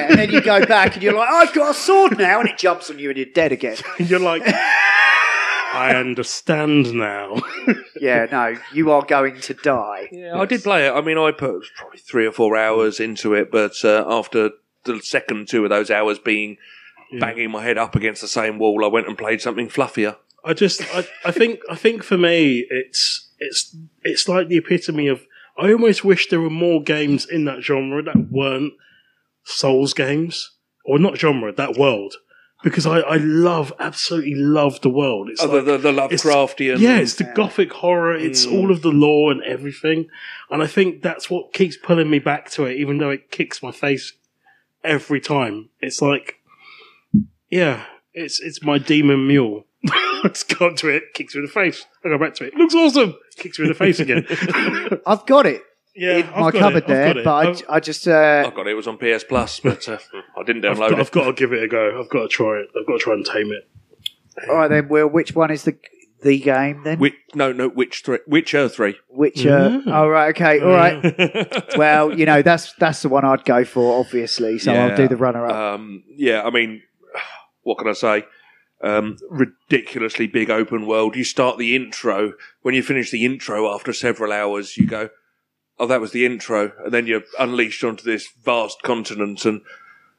S3: and then you go back and you're like, I've got a sword now, and it jumps on you and you're dead again.
S4: and you're like, I understand now.
S3: Yeah, no, you are going to die.
S5: Yeah, I did play it. I mean, I put probably three or four hours into it, but uh, after the second two of those hours being banging my head up against the same wall, I went and played something fluffier.
S4: I just, I, I think, I think for me, it's, it's, it's like the epitome of. I almost wish there were more games in that genre that weren't Souls games, or not genre, that world. because I, I love absolutely love the world. It's
S5: Oh,
S4: like,
S5: the, the, the Lovecraftian.
S4: yeah, it's the gothic horror. It's
S3: Mm.
S4: all of the lore and everything, and I think that's what keeps pulling me back to it, even though it kicks my face every time. It's like, yeah, it's it's my demon mule. Let's go to it. Kicks me in the face. I go back to it. Looks awesome. Kicks me in the face again.
S3: I've got it
S4: yeah,
S3: in
S4: I've
S3: my
S4: got
S3: cupboard
S4: it, I've
S3: there,
S4: got it. Oh.
S3: but I,
S4: I've-
S3: j- I just uh,
S5: I got it. It was on PS Plus, but uh, I didn't
S4: I've
S5: download
S4: got,
S5: it.
S4: I've got to give it a go. I've got to try it. I've got to try and tame it.
S3: all right then. Will which one is the the game then?
S5: Wit- no, no, Witch three, Witcher three.
S4: Mm.
S3: Witcher. All right, okay, all right. well, you know that's that's the one I'd go for, obviously. So I'll do the runner up.
S4: Oh.
S5: Um, yeah, I mean, what can I say? Um, ridiculously big open world. You start the intro. When you finish the intro after several hours, you go, "Oh, that was the intro," and then you're unleashed onto this vast continent, and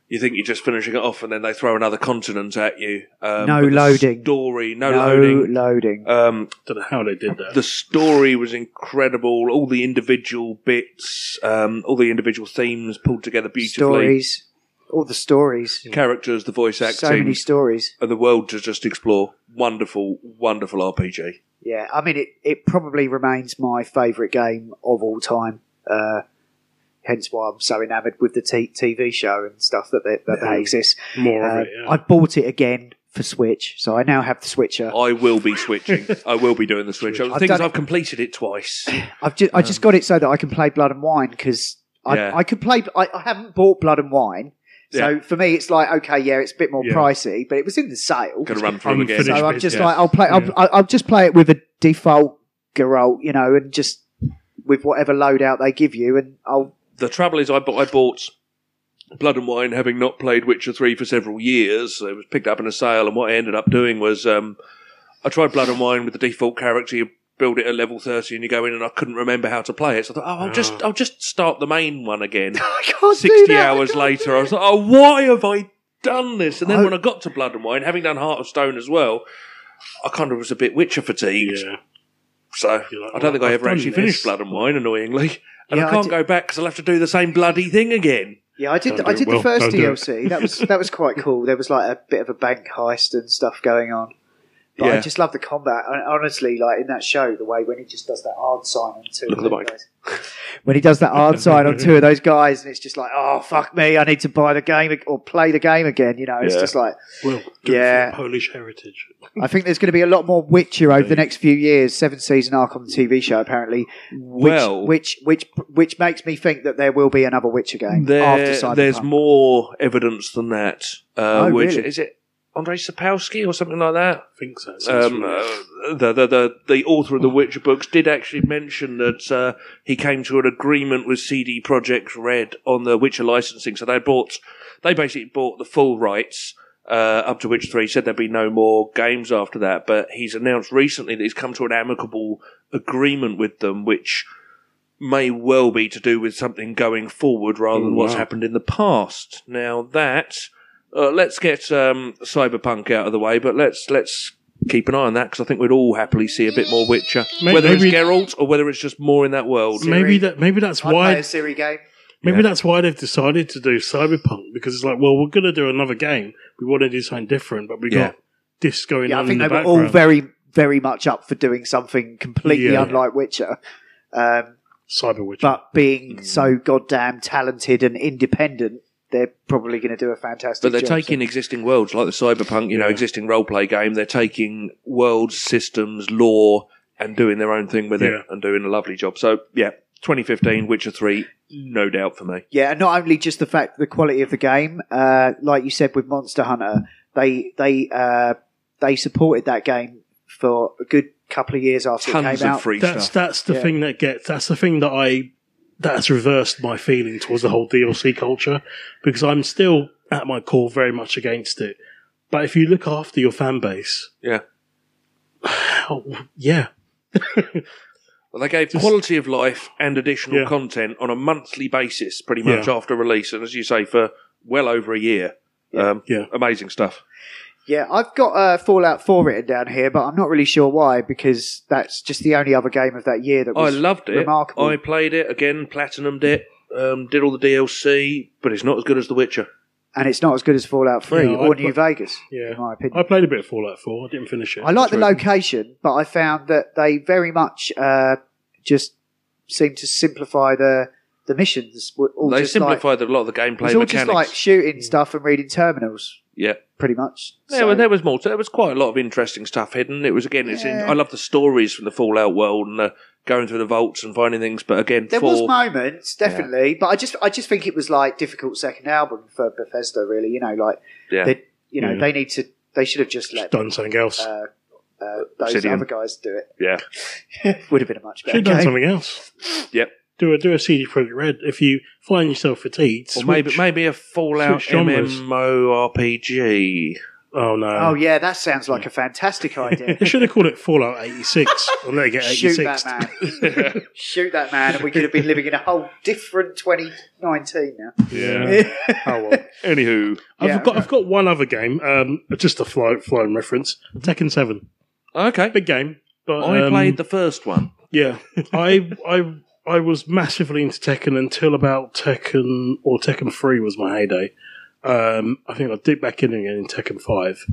S5: you think you're just finishing it off, and then they throw another continent at you. Um,
S3: No
S5: but the
S3: loading.
S5: Story.
S4: Uh,
S5: No,
S3: no
S5: loading.
S3: loading.
S5: Um,
S4: Don't know how they did that.
S5: the story was incredible. All the individual bits, um, all the individual themes pulled together beautifully.
S3: stories. All the stories.
S5: Characters, the voice acting,
S3: So many stories.
S5: and the world to just explore. Wonderful, wonderful RPG.
S3: Yeah, I mean, it, it probably remains my favourite game of all time. Uh, hence why I'm so enamoured with the t- TV show and stuff that that, that, that exists.
S4: More
S3: Uh,
S4: of it. Yeah.
S3: I bought it again for Switch, so I now have the Switcher.
S5: I will be switching. I will be doing the switch. The
S3: I've
S5: thing is,
S3: done it-
S5: I've completed it twice.
S3: I've just, I just got it so that I can play Blood and Wine because I,
S5: Um, Yeah.
S3: I could play. I, I haven't bought Blood and Wine, so
S5: Yeah.
S3: for me it's like okay, yeah, it's a bit more
S4: Yeah.
S3: pricey, but it was in the sale.
S5: Going to run through again.
S4: Unfinished
S3: So I'm
S4: business.
S3: just like I'll play. I'll, I'll, I'll just play it with a default Geralt, you know, and just with whatever loadout they give you, and I'll.
S5: the trouble is, I, bu- I bought Blood and Wine, having not played Witcher Three for several years. It was picked up in a sale, and what I ended up doing was um, I tried Blood and Wine with the default character. You build it at level thirty, and you go in, and I couldn't remember how to play it. So I thought, oh, I'll just I'll just start the main one again.
S3: I can't Ah. do
S5: Sixty
S3: that.
S5: hours
S3: I
S5: later, I was like, oh, why have I done this? And then
S3: I-
S5: when I got to Blood and Wine, having done Heart of Stone as well. I kind of was a bit Witcher fatigued,
S4: yeah.
S5: so
S4: You're like,
S5: I don't think
S4: well,
S5: I
S4: I've
S5: ever
S4: done
S5: actually
S4: this.
S5: finished Blood and Wine, annoyingly. And
S3: Yeah,
S5: I
S3: I
S5: can't
S3: did-
S5: go back because I'll have to do the same bloody thing again.
S3: Yeah, I did.
S4: Don't
S3: I
S4: do
S3: did
S4: it well.
S3: the first
S4: Don't do it.
S3: DLC. That was that was quite cool. There was like a bit of a bank heist and stuff going on. But I
S5: Yeah.
S3: just love the combat. And honestly, like in that show, the way when he just does that hard sign on two
S5: Look
S3: of
S5: at the
S3: those
S5: mic.
S3: guys. When he does that hard sign on two of those guys, and it's just like, oh fuck me, I need to buy the game ag- or play the game again. You know, it's
S5: Yeah.
S3: just like
S4: Well, do
S3: Yeah.
S4: it for Polish heritage.
S3: I think there's going to be a lot more Witcher over the next few years. Seven season arc on the TV show, apparently. Which,
S5: Well-
S3: which which which makes me think that there will be another Witcher game
S5: There-
S3: after Cyberpunk.
S5: there's more evidence than that. Uh,
S3: Oh,
S5: which
S3: really?
S5: is it? Andre Sapowski or something like that.
S4: I think so. Sounds
S5: Um,
S4: familiar.
S5: uh, the, the the the author of the Witcher books did actually mention that uh, he came to an agreement with CD Projekt Red on the Witcher licensing. So they bought they basically bought the full rights uh, up to Witcher Three. Said there'd be no more games after that, but he's announced recently that he's come to an amicable agreement with them, which may well be to do with something going forward rather than what's happened in the past. Now that uh, let's get um, Cyberpunk out of the way, but let's let's keep an eye on that because I think we'd all happily see a bit more Witcher,
S4: May-
S5: whether it's
S4: maybe-
S5: Geralt or whether it's just more in that world.
S4: maybe that maybe that's
S3: I'd play
S4: why
S3: a Siri game.
S4: maybe that's why they've decided to do Cyberpunk because it's like, well, we're going to do another game. We want to do something different, but we
S5: Yeah.
S4: got this going
S3: Yeah,
S4: on
S3: I think
S4: in
S3: they
S4: the
S3: were
S4: background.
S3: all very, very much up for doing something completely
S4: Yeah.
S3: unlike Witcher, um,
S4: Cyber Witcher.
S3: but being
S5: Mm.
S3: so goddamn talented and independent, they're probably going to do a fantastic.
S5: But they're
S3: job,
S5: taking existing worlds like the Cyberpunk, you know, existing roleplay game. They're taking worlds, systems, lore, and doing their own thing with
S4: Yeah.
S5: it and doing a lovely job. So yeah, 2015 Witcher Three, no doubt for me.
S3: Yeah, and not only just the fact the quality of the game, uh, like you said with Monster Hunter, they they uh, they supported that game for a good couple of years after it
S5: Tons
S3: came
S5: of
S3: out.
S5: free
S4: that's
S5: stuff.
S4: that's the thing that gets that's the thing that I that's reversed my feeling towards the whole DLC culture because I'm still at my core very much against it. But if you look after your fan base,
S5: yeah.
S4: oh, yeah,
S5: Well, they gave quality of life and additional
S4: Yeah.
S5: content on a monthly basis, pretty much
S4: Yeah.
S5: after release, and as you say, for well over a year. Um,
S4: Yeah.
S5: amazing stuff.
S3: Yeah, I've got uh, Fallout 4 written down here, but I'm not really sure why because that's just the only other game of that year that
S5: I
S3: was
S5: loved it.
S3: Remarkable.
S5: I played it again, platinumed it, um, did all the DLC, but it's not as good as The Witcher.
S3: and it's not as good as Fallout Three
S4: Yeah,
S3: or
S4: I
S3: New
S4: pl-
S3: Vegas.
S4: Yeah.
S3: in my opinion.
S4: I played a bit of Fallout 4. I didn't finish it.
S3: I like the
S4: Enjoyed it.
S3: location, but I found that they very much uh, just seem to simplify the the missions. Were All
S5: They
S3: just like-
S5: simplified a lot of the gameplay
S3: it's all
S5: mechanics.
S3: just like shooting
S4: Mm.
S3: stuff and reading terminals,
S5: yeah.
S3: pretty much.
S5: Yeah,
S3: So-
S5: well, there was more. There was quite a lot of interesting stuff hidden. It was again, it's in, I love the stories from the Fallout world and the, going through the vaults and finding things. But again,
S3: There
S5: for,
S3: was moments, definitely, but I just I just think it was like difficult second album for Bethesda. Really, you know, like
S5: yeah,
S3: they you know
S4: Yeah.
S3: they need to they should have just let
S4: Done something else.
S3: uh, uh, those
S5: Obsidian.
S3: other guys do it.
S5: yeah,
S3: Would have been a much better
S4: Should have done
S3: game.
S4: something else.
S5: yep.
S4: Do a do a CD Projekt Red. If you find yourself fatigued,
S5: Or
S4: switch.
S5: maybe maybe a Fallout
S4: switch genres.
S5: MMORPG.
S4: Oh no!
S3: Oh yeah, that sounds like a fantastic idea.
S4: They should have called it Fallout 86. and they
S5: Uh,
S4: get
S3: Shoot
S4: 86.
S3: that man! Shoot that man! And we could have been living in a whole different 2019 now.
S4: Yeah. oh well.
S5: Anywho,
S4: I've
S3: Yeah.
S4: got I've got one other game. Um, just a fly, flying reference. Tekken Seven.
S5: okay.
S4: Big game. But
S5: I
S4: um,
S5: played the first one.
S4: Yeah. I I I was massively into Tekken until about Tekken or Tekken Three was my heyday. Um, I think I dipped back in again in Tekken Five,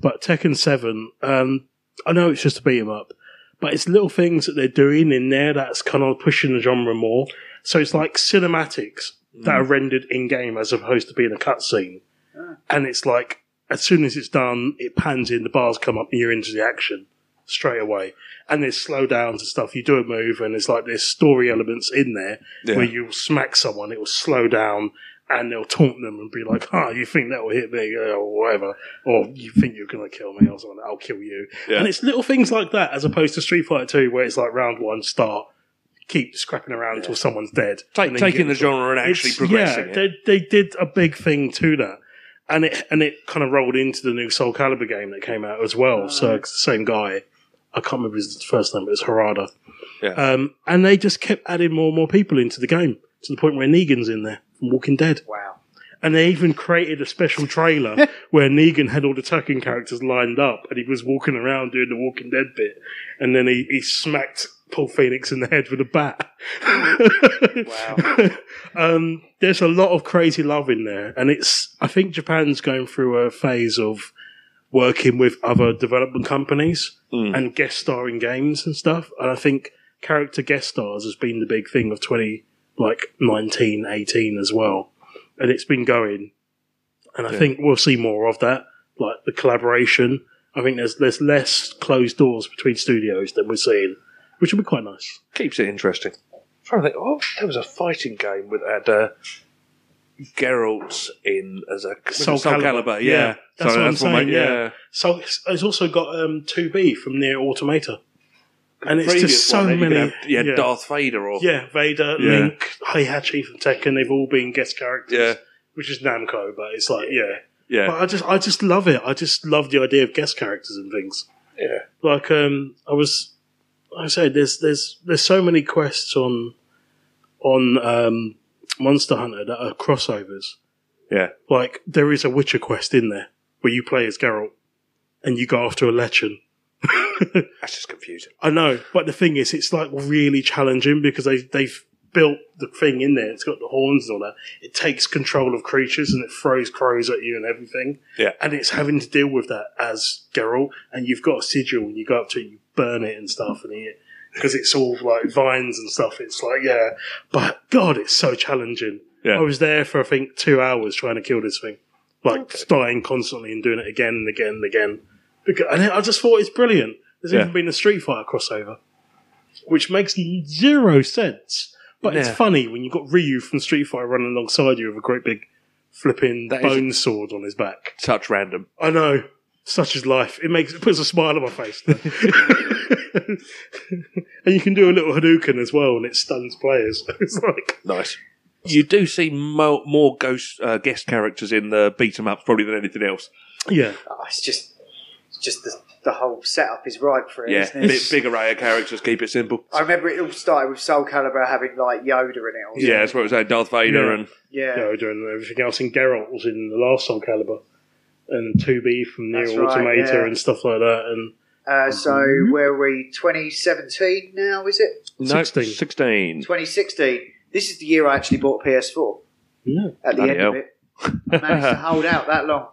S4: but Tekken Seven. Um, I know it's just a beat 'em up, but it's little things that they're doing in there that's kind of pushing the genre more. So it's like cinematics that are
S5: Mm.
S4: rendered in game as opposed to being a cutscene,
S5: Ah.
S4: and it's like as soon as it's done, it pans in, the bars come up, and you're into the action straight away. And there's slowdowns and stuff. You do a move, and there's like there's story elements in there
S5: Yeah.
S4: where you'll smack someone, it will slow down, and they'll taunt them and be like, "Ah, you think that will hit me, uh, or whatever," or "You think you're gonna kill me, or something? I'll kill you."
S5: Yeah.
S4: And it's little things like that, as opposed to Street Fighter Two, where it's like round one, start, keep scrapping around until someone's dead,
S5: Take-
S4: And then you
S5: taking
S4: get-
S5: the genre and actually
S4: it's-
S5: progressing it.
S4: Yeah, They, they did a big thing to that. And it and it kind of rolled into the new Soul Calibur game that came out as well. So it's the same guy, I can't remember his first name, but it's Harada.
S5: Yeah.
S4: Um, and they just kept adding more and more people into the game to the point where Negan's in there from Walking Dead.
S3: Wow.
S4: And they even created a special trailer where Negan had all the Tekken characters lined up and he was walking around doing the Walking Dead bit. And then he, he smacked Paul Phoenix in the head with a bat. um, there's a lot of crazy love in there. And it's, I think Japan's going through a phase of working with other development companies and guest starring games and stuff. And I think character guest stars has been the big thing of 20, like 19, 18 as well. And it's been going. And I think we'll see more of that, like the collaboration. I think there's there's less closed doors between studios than we're seeing, which will be quite nice.
S5: Keeps it interesting. I'm trying to think. Oh, there was a fighting game with had uh, Geralt in as a Soul, Calibur. Yeah,
S4: that's
S5: Sorry,
S4: what I'm
S5: my-
S4: saying. yeah. So it's, it's also got um, 2B from Near Automata, and it's
S5: Previous
S4: just so
S5: one, you could
S4: many.
S5: have- yeah, Darth Vader or
S4: Yeah, Vader,
S5: Yeah.
S4: Link, Heihachi from Tekken, they've all been guest characters.
S5: Yeah.
S4: Which is Namco, but it's like, yeah.
S5: yeah.
S4: But I just I just love it. I just love the idea of guest characters and things.
S5: Yeah.
S4: Like um I was like I said, there's there's there's so many quests on on um Monster Hunter that are crossovers.
S5: Yeah.
S4: Like there is a Witcher quest in there where you play as Geralt and you go after a legend.
S5: That's just confusing.
S4: I know, but the thing is, it's like really challenging because they they've built the thing in there. It's got the horns and all that. It takes control of creatures and it throws crows at you and everything.
S5: Yeah.
S4: and it's having to deal with that as Geralt. And you've got a sigil and you go up to it, you burn it and stuff, and you because it's all like vines and stuff. It's like yeah, but God, it's so challenging.
S5: Yeah.
S4: I was there for I think two hours trying to kill this thing, like dying constantly and doing it again and again and again. Because, and I just thought it's brilliant. There's
S5: Yeah.
S4: even been a Street Fighter crossover, which makes zero sense. But it's
S5: Yeah.
S4: funny when you've got Ryu from Street Fighter running alongside you with a great big flipping
S5: That is-
S4: bone sword on his back.
S5: Such random.
S4: I know. Such is life. It makes it puts a smile on my face. and you can do a little Hadouken as well, and it stuns players. it's like
S5: Nice. You do see mo- more ghost uh, guest characters in the beat 'em ups probably than anything else.
S4: yeah,
S3: Oh, it's just, it's just the, the whole setup is right for it,
S5: Yeah,
S3: not it?
S5: big, big array of characters. Keep it simple.
S3: I remember it all started with Soul Calibur having like Yoda in it. Or
S5: Yeah, that's what I was saying. Darth Vader
S4: Yeah.
S5: and
S3: yeah.
S4: Yoda and everything else. And Geralt was in the last Soul Calibur, and Two B from Near
S3: That's right,
S4: Automata
S3: yeah.
S4: and stuff like that. And
S3: Uh, so where are we? 2017 now, is it?
S5: No,
S4: 16.
S5: 16.
S3: 2016. This is the year I actually bought a PS4.
S4: No.
S3: At the
S5: Bloody
S3: end
S5: hell.
S3: of it, I managed to hold out that long.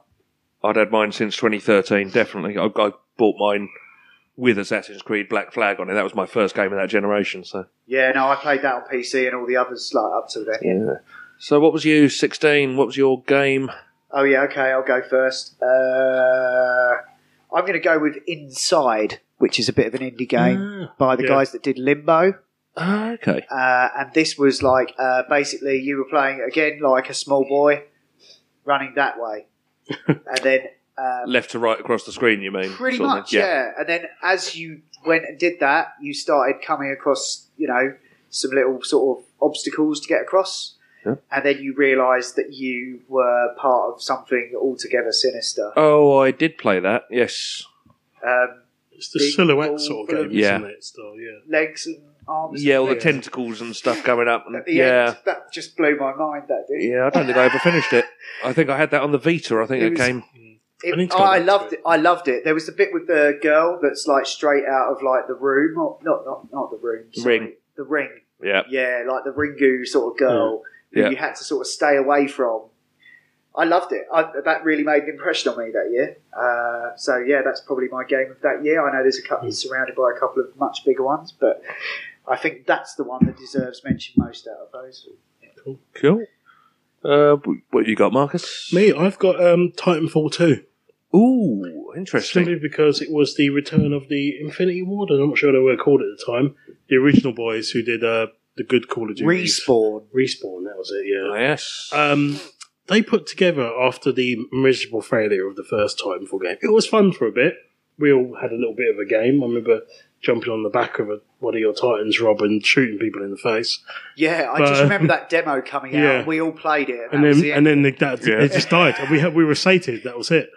S5: I'd had mine since 2013, definitely. I, I bought mine with Assassin's Creed Black Flag on it. That was my first game of that generation. So,
S3: Yeah, no, I played that on PC and all the others like up till then.
S5: yeah. So, what was you, 16? What was your game?
S3: Oh yeah, okay, I'll go first. Uh, I'm going to go with Inside, which is a bit of an indie game by the
S4: Yeah.
S3: guys that did Limbo.
S5: Ah, okay.
S3: Uh, and this was like uh, basically you were playing again like a small boy, running that way, and then um,
S5: Left to right across the screen, you mean?
S3: Pretty
S5: sort of
S3: much,
S5: thing?
S3: yeah. And then as you went and did that, you started coming across, you know, some little sort of obstacles to get across. And then you realised that you were part of something altogether sinister.
S5: Oh, I did play that, yes.
S3: Um,
S4: It's the
S3: Big ball
S4: silhouette sort of
S3: full of-
S4: game,
S5: Yeah.
S4: isn't it? Still, yeah.
S3: legs and arms.
S5: Yeah, all
S3: and
S5: the
S3: legs.
S5: tentacles and stuff coming up. And,
S3: uh, At the
S5: yeah.
S3: end, that just blew my mind. That did.
S5: Yeah, I don't think I ever finished it. I think I had that on the Vita. I think
S3: It
S5: it,
S3: was-
S5: came.
S3: It-
S4: I need to
S3: oh,
S4: go
S3: I
S4: back to
S3: loved
S4: it.
S3: it. I loved it. There was the bit with the girl that's like straight out of like the room, or not not not the room, sorry.
S5: Ring.
S3: the ring.
S5: Yeah.
S3: Yeah, like the Ringu sort of girl
S5: Yeah.
S3: who you had to sort of stay away from. I loved it. I, that really made an impression on me that year. Uh, so yeah, that's probably my game of that year. I know there's a
S5: Mm.
S3: couple it's surrounded by a couple of much bigger ones, but I think that's the one that deserves mention most out of those.
S5: Cool. Uh, wh- what you got, Marcus?
S4: Me, I've got um, Titanfall 2.
S5: Ooh, interesting.
S4: Simply because it was the return of the Infinity Ward, and I'm not sure they were called at the time. The original boys who did uh, the good Call of Duty.
S3: Respawn.
S4: Respawn, that was it,
S5: Oh,
S4: yeah.
S5: yes.
S4: Um, they put together after the miserable failure of the first Titanfall game. It was fun for a bit. We all had a little bit of a game. I remember jumping on the back of a, one of your Titans, Rob, and shooting people in the face.
S3: Yeah, I
S4: But-
S3: just remember that demo coming out.
S4: Yeah.
S3: and We all played it, and,
S4: and
S3: that was
S4: then
S3: the end.
S4: and then the, that,
S5: Yeah.
S4: they just died. And we had, we were sated. That was it.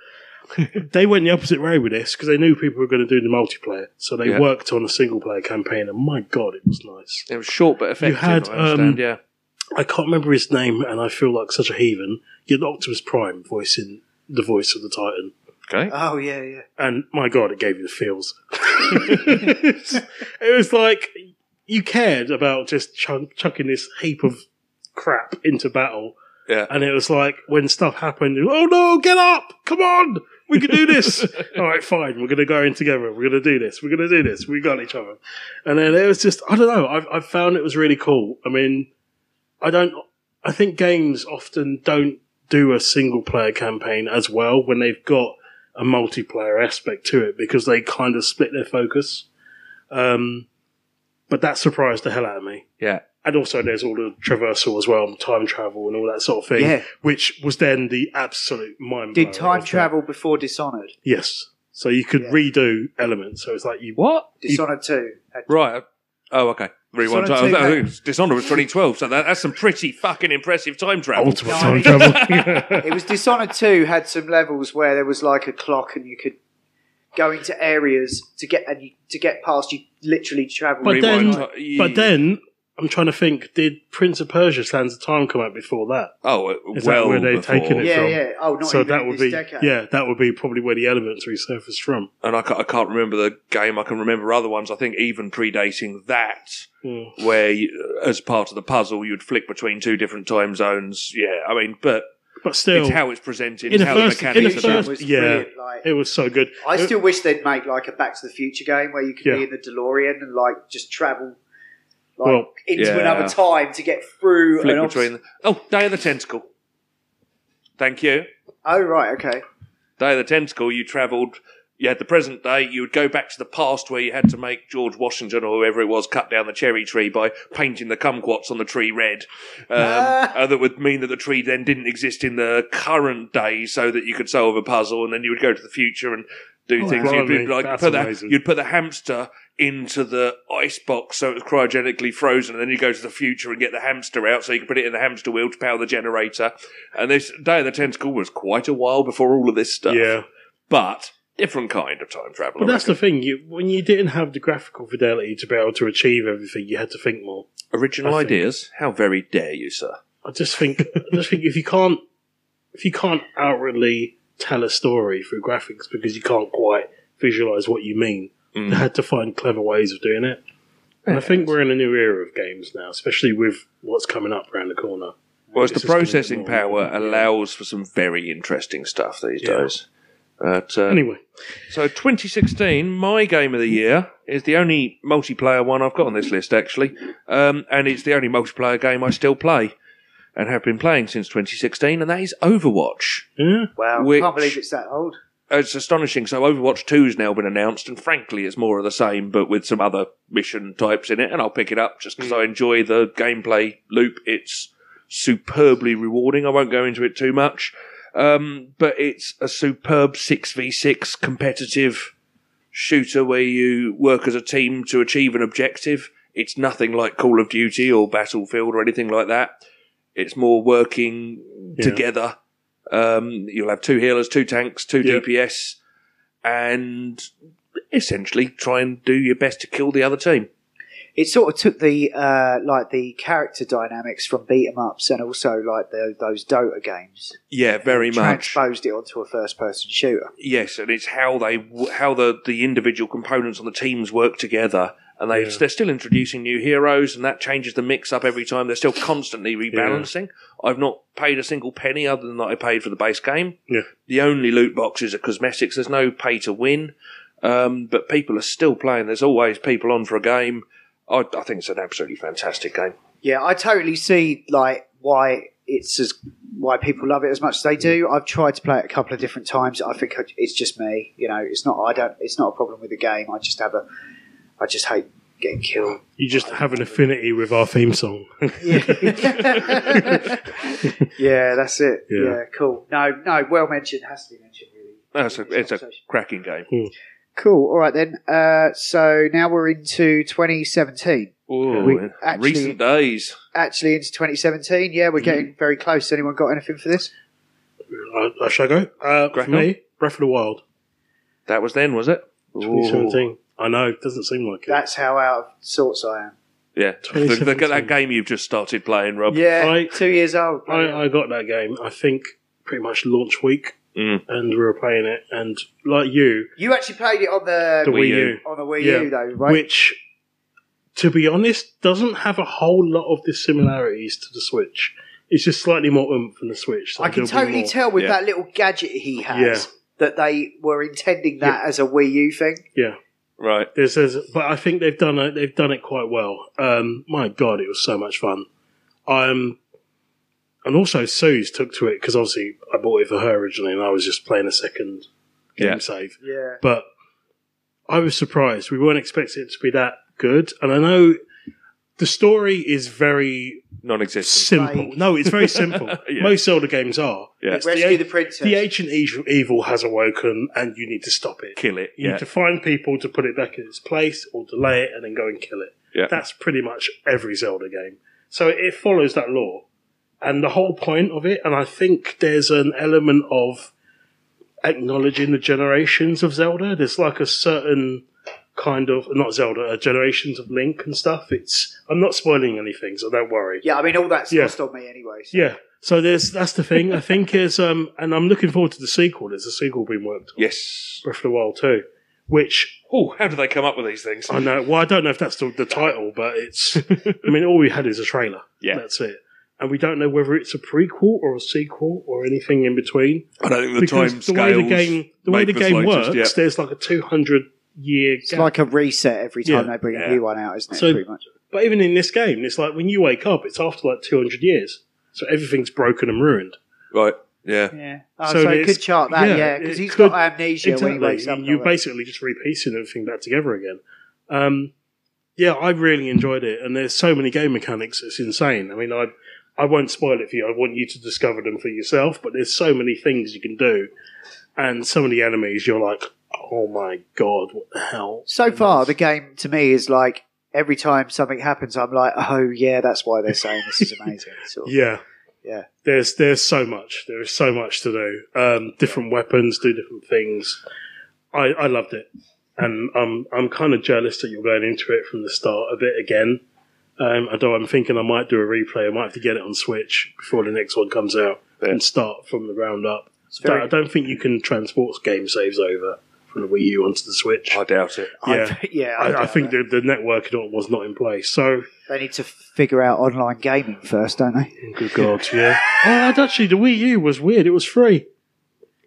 S4: they went the opposite way with this because they knew people were going to do the multiplayer, so they
S5: Yeah.
S4: worked on a single player campaign. And my god, it was nice.
S5: it was short but effective.
S4: had,
S5: I understand.
S4: um,
S5: yeah.
S4: I can't remember his name, and I feel like such a heathen. You had Optimus Prime voicing the voice of the Titan,
S5: Okay.
S3: oh yeah, yeah.
S4: and my god, it gave you the feels. it was like you cared about just chunk, chucking this heap of crap into battle
S5: yeah.
S4: And it was like when stuff happened, you- oh no, get up, come on, we can do this. All right, fine, we're going to go in together. We're going to do this. We're going to do this. We got each other. And then it was just, I don't know. I, I found it was really cool. I mean, I don't. I think games often don't do a single player campaign as well when they've got a multiplayer aspect to it because they kind of split their focus. Um, but that surprised the hell out of me
S5: yeah.
S4: and also there's all the traversal as well, and time travel and all that sort of thing,
S3: Yeah.
S4: which was then the absolute
S5: Oh,
S4: mind.
S3: Did time travel before Dishonored?
S4: Yes, so you could
S3: Yeah.
S4: redo elements. So it's like you
S5: What?
S3: Dishonored Two. had-
S5: Right. Oh, okay. Rewind.
S3: Dishonored
S5: Dishonored,
S3: two,
S5: I
S3: mate.
S5: think it's- Dishonored Oh, was 2012, so that, that's some pretty fucking impressive time travel.
S4: ultimate
S3: No, I
S4: time
S3: mean-
S4: travel.
S3: It was Dishonored 2 had some levels where there was like a clock and you could go into areas to get and you, to get past you literally travel
S4: but then,
S5: Rewind ti-
S4: but then I'm trying to think. Did Prince of Persia: Sands of Time come out before that?
S5: Oh, uh,
S4: Is that
S5: well,
S4: where they're
S5: before.
S4: taking it?
S3: yeah
S4: from-
S3: yeah oh not
S4: so
S3: even
S4: that
S3: in
S4: would
S3: this
S4: be
S3: decade.
S4: yeah, that would be probably where the elements resurfaced from.
S5: And I can't, I can't remember the game. I can remember other ones. I think even predating that,
S4: Mm.
S5: where you, uh, as part of the puzzle, you'd flick between two different time zones. Yeah, I mean, but
S4: But still,
S5: it's how it's presented,
S4: in
S5: it's
S4: the
S5: how
S4: first-
S5: the
S4: in the
S5: mechanics
S3: That
S5: are
S4: first-
S3: was
S4: yeah.
S3: brilliant, like-
S4: it was so good.
S3: I
S4: It-
S3: still wish they'd make like a Back to the Future game where you could
S4: Yeah.
S3: be in the DeLorean and like just travel like
S4: Well,
S3: into
S5: yeah.
S3: another time to get through
S5: flick
S3: an obs-
S5: between. oh, Day of the Tentacle. Thank you.
S3: oh right okay
S5: Day of the Tentacle, you travelled. You had the present day. You would go back to the past where you had to make George Washington or whoever it was cut down the cherry tree by painting the kumquats on the tree red. Um, uh, that would mean that the tree then didn't exist in the current day, so that you could solve a puzzle. And then you would go to the future and do
S4: Oh,
S5: things. You'd, be
S4: blimey,
S5: like
S4: that's
S5: put the,
S4: amazing.
S5: you'd put the hamster into the ice box so it was cryogenically frozen, and then you go to the future and get the hamster out so you can put it in the hamster wheel to power the generator. And this Day of the Tentacle was quite a while before all of this stuff
S4: yeah.
S5: but different kind of time travel.
S4: But
S5: I
S4: that's the thing. You when you didn't have the graphical fidelity to be able to achieve everything, you had to think more.
S5: reckon. original
S4: I think-
S5: ideas. How very dare you, sir?
S4: I just think, I just think if you can't, if you can't outwardly tell a story through graphics because you can't quite visualize what you mean,
S5: Mm.
S4: they had to find clever ways of doing it. And I think we're in a new era of games now, especially with what's coming up around the corner.
S5: Well, it's the
S4: This is gonna be
S5: processing
S4: more-
S5: power allows for some very interesting stuff these
S4: Yeah.
S5: days. But, uh,
S4: Anyway,
S5: So 2016, my game of the year is the only multiplayer one I've got on this list, actually, um, and it's the only multiplayer game I still play and have been playing since 2016, and that is Overwatch.
S4: yeah,
S3: Wow,
S5: Which-
S3: can't believe it's that old.
S5: Uh, It's astonishing. So Overwatch 2's now been announced, and frankly, it's more of the same, but with some other mission types in it. And I'll pick it up just because I enjoy the gameplay loop. It's superbly rewarding. I won't go into it too much, um, but it's a superb six v six competitive shooter where you work as a team to achieve an objective. It's nothing like Call of Duty or Battlefield or anything like that. It's more working
S4: Yeah.
S5: together. Um, you'll have two healers, two tanks, two
S4: Yeah.
S5: DPS, and essentially try and do your best to kill the other team.
S3: It sort of took the uh, like the character dynamics from beat 'em ups and also like the, those Dota games.
S5: Yeah, very much.
S3: Transposed it onto a first person shooter.
S5: Yes, and it's how they how the the individual components on the teams work together. And they,
S4: Yeah.
S5: they're still introducing new heroes, and that changes the mix up every time. They're still constantly rebalancing. I've not paid a single penny other than that I paid for the base game.
S4: yeah.
S5: The only loot boxes are cosmetics. There's no pay to win, um, but people are still playing. There's always people on for a game. I, I think it's an absolutely fantastic game.
S3: Yeah, I totally see like why it's as why people love it as much as they do. I've tried to play it a couple of different times. I think I- it's just me. You know, it's not. I don't. It's not a problem with the game. I just have a. I just hate getting killed.
S4: You just have an affinity with our theme song.
S3: Yeah, that's it. Yeah,
S4: Yeah.
S3: cool. No, no. Well mentioned. Has to be mentioned. Really.
S5: That's a, it's a cracking game.
S3: Cool. All right then. Uh, so now we're into 2017. We-
S5: Ooh,
S3: actually-
S5: recent days.
S3: Actually, into 2017. Yeah,
S4: Mm-hmm.
S3: we're getting very close. Anyone got anything for this?
S4: I, I shall go. Uh, for
S5: Crack
S4: me, Breath of the Wild,
S5: That was then, was it? Ooh.
S4: 2017. I know, it doesn't seem like it.
S3: That's how out of sorts I am.
S5: Yeah, look, look at that
S4: 2017.
S5: game you've just started playing, Rob.
S3: Yeah,
S4: I-
S3: two years old.
S4: I, I got that game, I think, pretty much launch week,
S5: Mm.
S4: and we were playing it. And like you,
S3: you actually played it on the,
S4: the
S5: Wii
S4: Wii,
S5: U.
S4: U,
S3: on the Wii
S4: Yeah.
S3: U though, right?
S4: which, to be honest, doesn't have a whole lot of dissimilarities to the Switch. It's just slightly more oomph than the Switch. so
S3: I can
S4: there'll be
S3: totally
S4: more.
S3: tell with
S5: Yeah.
S3: that little gadget he has
S4: Yeah.
S3: that they were intending that as a Wii U thing.
S4: Yeah.
S5: Right.
S4: There's, there's, but I think they've done it. They've done it quite well. Um, my God, it was so much fun. Um, and also Sue's took to it because obviously I bought it for her originally, and I was just playing a second game
S5: Yeah.
S4: save.
S3: Yeah.
S4: But I was surprised. We weren't expecting it to be that good, and I know the story is very
S5: Non-existent.
S4: simple.
S3: Vague.
S4: No, it's very simple.
S5: Yeah.
S4: Most Zelda games are.
S5: Yeah.
S4: It's
S3: Rescue the,
S4: the,
S3: princess.
S4: the ancient ev- evil has awoken, and you need to stop it.
S5: Kill it.
S4: You
S5: Yeah.
S4: need to find people to put it back in its place or delay it and then go and kill it.
S5: Yeah.
S4: That's pretty much every Zelda game. So it follows that law. And the whole point of it, and I think there's an element of acknowledging the generations of Zelda. There's like a certain kind of, not Zelda, uh, generations of Link and stuff. It's, I'm not spoiling anything, so don't worry.
S3: yeah, I mean all that's
S4: Yeah.
S3: lost on me anyway. So.
S4: Yeah. So there's, that's the thing. I think is, um, and I'm looking forward to the sequel. There's a sequel being worked on.
S5: Yes.
S4: Breath of the Wild too, which
S5: Oh, how do they come up with these things?
S4: I know. Well, I don't know if that's the, the title, but it's. I mean, all we had is a trailer.
S5: Yeah.
S4: that's it. And we don't know whether it's a prequel or a sequel or anything in between.
S5: I don't think the
S4: because
S5: time
S4: the way the
S5: scales
S4: game, the way
S5: make
S4: the
S5: the
S4: game works,
S5: slightest, yeah.
S4: there's like a 200 year
S3: It's
S4: gap.
S3: like a reset every time
S4: Yeah.
S3: they bring a
S5: Yeah.
S3: new one out, isn't it?
S4: So-
S3: pretty much.
S4: but even in this game, it's like when you wake up, it's after like 200 years, so everything's broken and ruined.
S5: right. Yeah.
S3: Yeah. Oh, so,
S4: So
S3: it
S4: it's-
S3: could chart that, yeah,
S4: yeah,
S3: because
S4: it
S3: he's
S4: could-
S3: got amnesia when he wakes up.
S4: You're
S3: doesn't he?
S4: basically just repiecing everything back together again. Um, yeah, I really enjoyed it, and there's so many game mechanics. It's insane. I mean, I I won't spoil it for you. I want you to discover them for yourself. But there's so many things you can do, and so many enemies. You're like, oh my god, what the hell?
S3: So far, the game to me is like every time something happens, I'm like, oh yeah, that's why they're saying this is amazing. sort of.
S4: Yeah,
S3: Yeah.
S4: There's there's so much. There is so much to do. Um, different weapons do different things. I, I loved it, and I'm I'm kind of jealous that you're going into it from the start of it again. Um, although I'm thinking I might do a replay. I might have to get it on Switch before the next one comes out and start from the ground up.
S3: very-
S4: But I don't think you can transport game saves over from the Wii U onto the Switch.
S5: I doubt it.
S3: I-
S4: yeah.
S3: yeah,
S4: I, I
S3: doubt
S4: think
S3: that.
S4: the, the network and all was not in place. So
S3: They need to figure out online gaming first, don't they?
S4: Good God, yeah. oh, and actually, the Wii U was weird. It was free.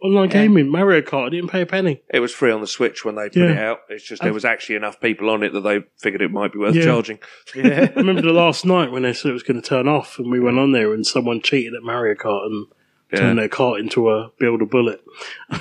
S4: Online gaming, Mario Kart, I didn't pay a penny.
S5: It was free on the Switch when they put
S4: Yeah.
S5: it out. It's just there was actually enough people on it that they figured it might be worth
S4: Yeah.
S5: charging.
S4: I remember the last night when they said it was going to turn off, and we went on there, and someone cheated at Mario Kart and
S5: Yeah.
S4: turned their cart into a build a bullet.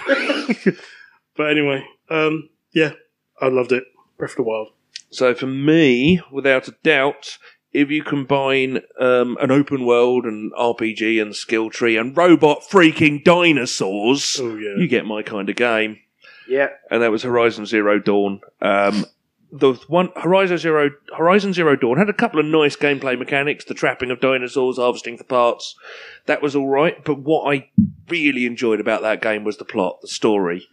S4: but anyway, um, yeah, I loved it. Breath of the Wild.
S5: So for me, without a doubt, if you combine um, an open world and RPG and skill tree and robot freaking dinosaurs,
S4: Oh, yeah.
S5: you get my kind of game.
S3: Yeah.
S5: And that was Horizon Zero Dawn. Um, the one Horizon Zero Horizon Zero Dawn had a couple of nice gameplay mechanics, the trapping of dinosaurs, harvesting for parts. That was all right. But what I really enjoyed about that game was the plot, the story.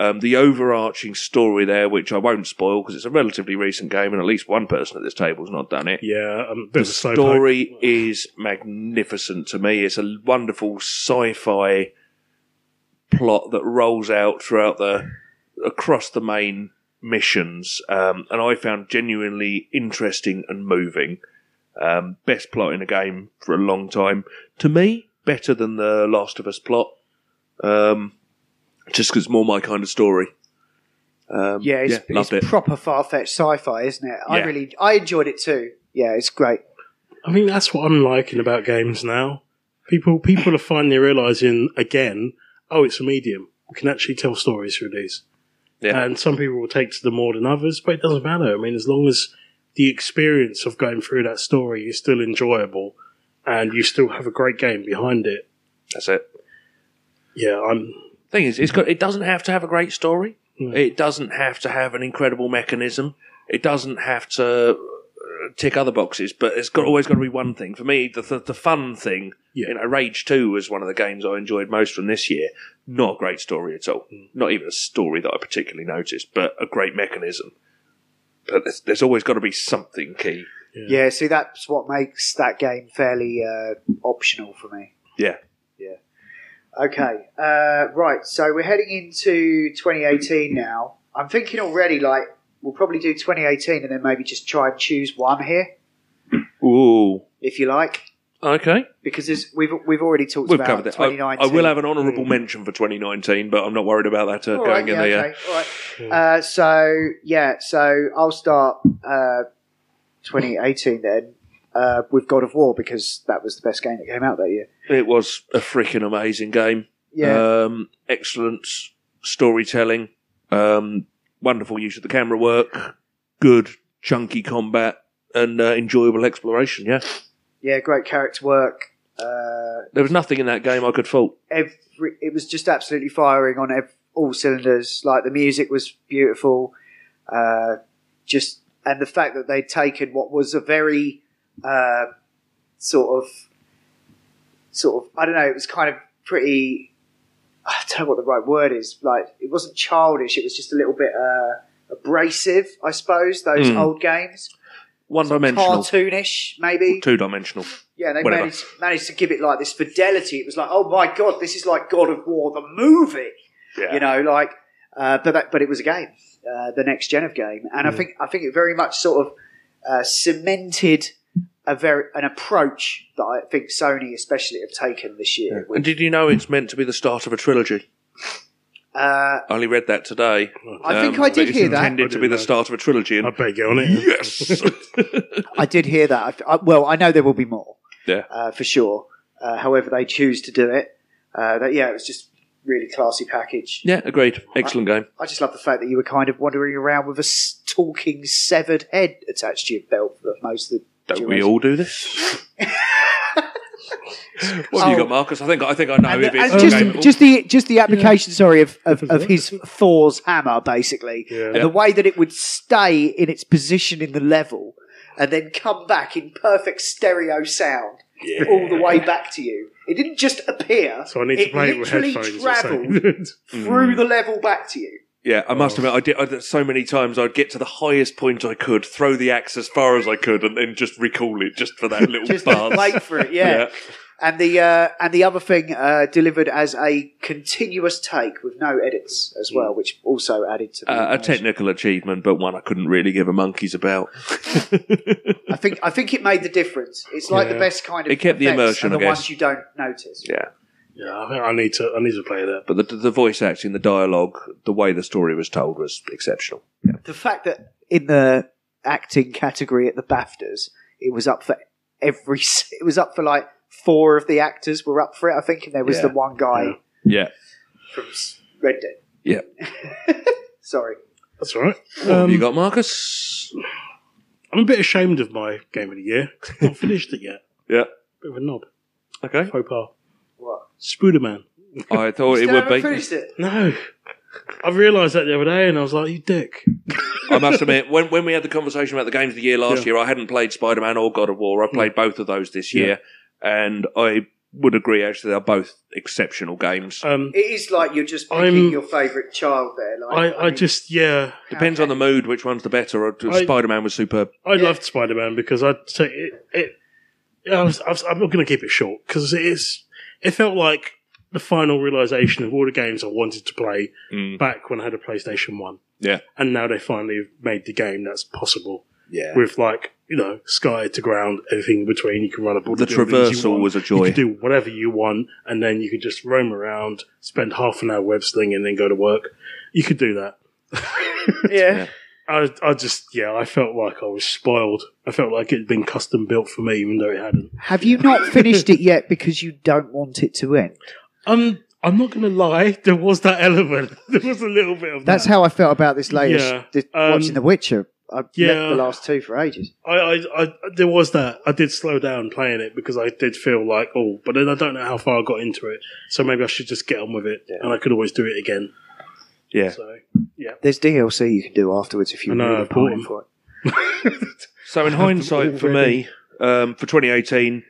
S5: Um, the overarching story there, which I won't spoil because it's a relatively recent game, and at least one person at this table's not done it.
S4: Yeah, um, there's a slow
S5: Story is magnificent to me. It's a wonderful sci-fi plot that rolls out throughout the across the main missions, um, and I found genuinely interesting and moving. Um, best plot in a game for a long time to me. Better than the Last of Us plot, um, just because more my kind of story. Um,
S3: Yeah, it's,
S5: loved
S3: it's
S5: it.
S3: proper far fetched sci fi, isn't it? I
S5: Yeah.
S3: really I enjoyed it too. Yeah, it's great.
S4: I think that's what I'm liking about games now. People people are finally realizing again, oh, it's a medium. We can actually tell stories through these.
S5: Yeah.
S4: And some people will take to them more than others, but it doesn't matter. I mean, as long as the experience of going through that story is still enjoyable and you still have a great game behind it.
S5: That's it.
S4: Yeah, I'm
S5: thing is, it's
S3: Mm-hmm.
S5: got, it doesn't have to have a great story.
S3: Mm.
S5: It doesn't have to have an incredible mechanism. It doesn't have to uh, tick other boxes, but it's
S3: Mm.
S5: got always got to be one thing. For me, the the, the fun thing,
S4: Yeah.
S5: you know, Rage Two was one of the games I enjoyed most from this year. Not a great story at all.
S3: Mm.
S5: Not even a story that I particularly noticed, but a great mechanism. But there's, there's always got to be something key.
S3: Yeah, see that's what makes that game fairly uh, optional for me.
S5: Yeah.
S3: Okay, uh, right. So we're heading into 2018 now. I'm thinking already, like we'll probably do 2018 and then maybe just try and choose one here,
S5: Ooh.
S3: if you like,
S5: Okay.
S3: because there's, we've we've already talked
S5: We've
S3: about
S5: covered that. I,
S3: 2019.
S5: I will have an honourable mention for 2019, but I'm not worried about that uh,
S3: All
S5: going
S3: right,
S5: in
S3: yeah,
S5: there.
S3: okay, all right. Uh, so yeah, so I'll start uh, 2018 then uh, with God of War because that was the best game that came out that year.
S5: It was a freaking amazing game.
S3: Yeah,
S5: Um, excellent s- storytelling. Um, wonderful use of the camera work. Good chunky combat and uh, enjoyable exploration. Yeah,
S3: yeah, great character work. Uh,
S5: there was nothing in that game I could fault.
S3: every it was just absolutely firing on ev- all cylinders like the music was beautiful uh just and the fact that they'd taken what was a very uh sort of sort of i don't know it was kind of pretty i don't know what the right word is like it wasn't childish it was just a little bit uh abrasive i suppose those
S5: Mm.
S3: old games
S5: One dimensional,
S3: cartoonish maybe
S5: two dimensional.
S3: yeah, they
S5: Whatever.
S3: managed, managed to give it like this fidelity. It was like, oh my god, this is like God of War the movie,
S5: Yeah.
S3: you know, like. Uh, but that, but it was a game, uh, the next gen of game, and I
S5: Mm.
S3: think I think it very much sort of uh, cemented a very an approach that I think Sony especially have taken this year.
S5: And did you know it's meant to be the start of a trilogy?
S3: Uh,
S5: I only read that today.
S3: I think
S5: Um,
S3: I did
S5: it's
S3: hear that.
S5: Intended to be the start of a trilogy.
S4: I
S5: And
S4: bet you on it.
S5: yes.
S3: I did hear that. I, I, well, I know there will be more.
S5: Yeah.
S3: uh, for sure. Uh, however, they choose to do it. Uh, that yeah, it was just really classy package.
S5: yeah, agreed. Excellent game.
S3: I just love the fact that you were kind of wandering around with a s- talking severed head attached to your belt for most of the.
S5: Don't we
S3: duration.
S5: all do this? what have you
S3: Oh.
S5: got, Marcus? I think I think I know
S3: And,
S5: if
S3: the-
S5: it's
S3: and
S5: a
S3: just,
S5: game.
S3: just the just the application, sorry, of, of, of his Thor's hammer, basically, and the way that it would stay in its position in the level, and then come back in perfect stereo sound all the way back to you. It didn't just appear.
S4: So I need to
S3: it
S4: play it with
S3: literally
S4: headphones. or
S3: Travelled
S4: something.
S3: through the level back to you.
S5: Yeah, I must admit, I did I, did- so many times. I'd get to the highest point I could, throw the axe as far as I could, and then just recall it just for that little
S3: Just
S5: buzz.
S3: wait for it. Yeah.
S5: Yeah.
S3: And the uh, and the other thing uh, delivered as a continuous take with no edits as well, which also added to the
S5: Uh, a
S3: animation.
S5: technical achievement, but one I couldn't really give a monkey's about.
S3: I think I think it made the difference. It's like the
S4: Yeah.
S3: best kind of
S5: It kept the
S3: effects
S5: immersion,
S3: are the
S5: I guess.
S3: ones you don't notice.
S5: Yeah.
S4: Yeah, I think I need to. I need to play that.
S5: But the, the voice acting, the dialogue, the way the story was told was exceptional.
S3: The fact that in the acting category at the BAFTAs, it was up for every. s- It was up for like four of the actors were up for it. I think, and there was
S5: Yeah.
S3: the one guy
S5: Yeah.
S3: from S- Red Dead.
S5: Yeah.
S3: Sorry,
S4: That's all right.
S5: What have
S4: Um,
S5: you got, Marcus?
S4: I'm a bit ashamed of my game of the year. Not finished it yet.
S5: Yeah.
S4: Bit of a knob.
S5: Okay.
S4: Faux pas.
S3: what?
S4: Spooderman.
S5: I thought it
S3: Still
S5: would
S3: haven't
S5: be.
S3: finished it.
S4: No. I realised that the other day, and I was like, "You dick."
S5: I must admit, when, when we had the conversation about the games of the year last year, I hadn't played Spider Man or God of War. I
S4: Mm.
S5: played both of those this year, and I would agree, actually, they're both exceptional games.
S4: Um,
S3: It is like you're just picking
S4: I'm-
S3: your favourite child there. Like,
S4: I, I
S3: mean,
S4: just, yeah,
S5: Depends on the mood, which one's the better.
S4: I-
S5: Spider Man was superb.
S4: I
S3: Yeah.
S4: loved Spider Man because I so it. it I was, I was, I'm not going to keep it short because it's. It felt like the final realization of all the games I wanted to play back when I had a PlayStation One,
S5: Yeah.
S4: and now they finally have made the game that's possible
S5: Yeah.
S4: with like you know sky to ground, everything in between. You can run up all the,
S5: The
S4: buildings you
S5: traversal
S4: want.
S5: was a
S4: You
S5: joy.
S4: could do whatever you want, and then you could just roam around, spend half an hour web slinging, and then go to work. You could do that.
S3: yeah.
S4: I, I just, yeah, I felt like I was spoiled. I felt like it had been custom built for me, even though it hadn't.
S3: Have you not finished it yet because you don't want it to end?
S4: Um, I'm not going to lie, there was that element. There was a little bit of
S3: That's
S4: that.
S3: how I felt about this latest
S4: Yeah,
S3: this-
S4: um,
S3: watching The Witcher. I have
S4: yeah.
S3: left the last two for ages.
S4: I, I, I, there was that. I did slow down playing it because I did feel like, oh, but then I don't know how far I got into it, so maybe I should just get on with it, and I could always do it again.
S5: Yeah.
S4: So,
S3: There's DLC you can do afterwards if you
S4: I know,
S3: really
S4: I've bought
S3: pine
S4: them.
S3: for it.
S5: So in hindsight, for me, um, for 2018,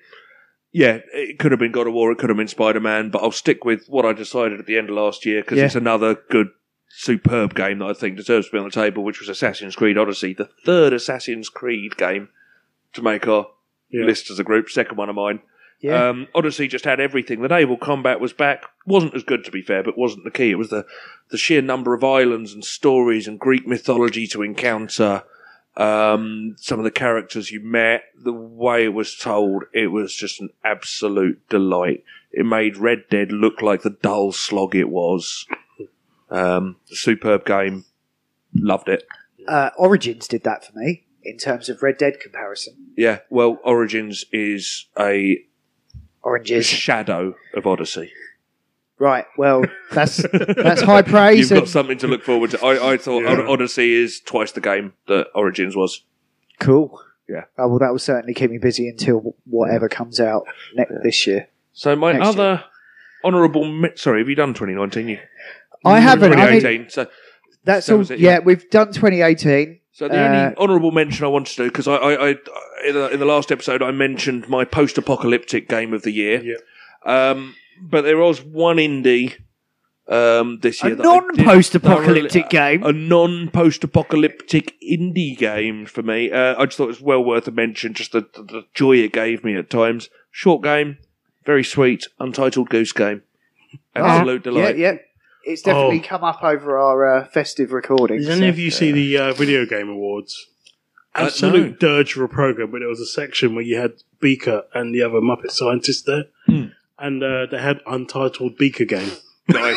S5: yeah, it could have been God of War, it could have been Spider Man, but I'll stick with what I decided at the end of last year because
S3: Yeah.
S5: it's another good, superb game that I think deserves to be on the table, which was Assassin's Creed Odyssey, the third Assassin's Creed game to make our
S4: Yeah.
S5: list as a group, second one of mine.
S3: Yeah.
S5: Um, Odyssey just had everything. The naval combat was back. wasn't as good to be fair, but wasn't the key. It was the the sheer number of islands and stories and Greek mythology to encounter. Um, some of the characters you met, the way it was told, it was just an absolute delight. It made Red Dead look like the dull slog it was. Um, superb game. Loved it.
S3: uh, Origins did that for me in terms of Red Dead comparison.
S5: Yeah. Well, Origins is a
S3: Oranges.
S5: shadow of Odyssey.
S3: Right. Well, that's that's high praise.
S5: You've
S3: And
S5: got something to look forward to. I, I thought
S4: Yeah.
S5: Odyssey is twice the game that Origins was.
S3: cool.
S5: Yeah.
S3: Oh, well, that will certainly keep me busy until whatever comes out next this year.
S5: So my
S3: Next
S5: other honourable, mi- sorry, have you done 2019? You,
S3: I haven't. I mean,
S5: 2018. so,
S3: that's
S5: That
S3: all.
S5: was it,
S3: yeah.
S5: yeah.
S3: we've done Uh, 2018.
S5: so the only honourable mention I wanted to do because I, I, I in, the, in the last episode I mentioned my post-apocalyptic game of the year.
S4: Yeah.
S5: Um, but there was one indie. Um, this
S3: A
S5: year, that I did
S3: non-post-apocalyptic
S5: thoroughly-
S3: game?
S5: a non-post-apocalyptic indie game for me. Uh, I just thought it was well worth a mention. Just the, the, the joy it gave me at times. Short game, very sweet. Untitled Goose Game, absolute
S3: Oh,
S5: delight.
S3: Yeah, yeah. It's definitely
S4: Oh.
S3: come up over our uh, festive recordings.
S4: Did any
S3: so-
S4: of you see the uh, video game awards?
S5: Uh,
S4: Absolute
S5: no.
S4: dirge of a program, but there was a section where you had Beaker and the other Muppet scientist there, and uh, they had Untitled Beaker Game,
S5: Nice.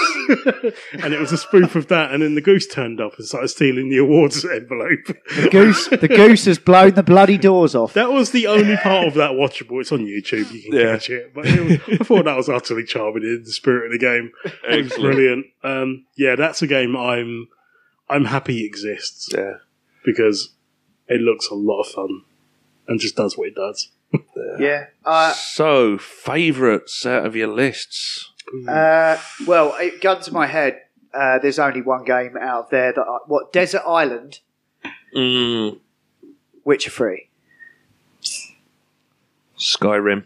S4: and it was a spoof of that. And then the goose turned up and started stealing the awards envelope.
S3: The goose, the goose has blown the bloody doors off.
S4: That was the only part of that watchable. It's on YouTube. You can
S5: Yeah.
S4: catch it. But it was, I thought that was utterly charming in the spirit of the game. It was brilliant. Um, yeah, that's a game I'm I'm happy exists
S5: Yeah.
S4: because it looks a lot of fun and just does what it does.
S3: yeah. Uh,
S5: So, favourites out of your lists?
S3: Uh, well, it, gun to my head, uh, there's only one game out there that I, what Desert Island,
S5: Mm,
S3: Witcher Free.
S5: Skyrim.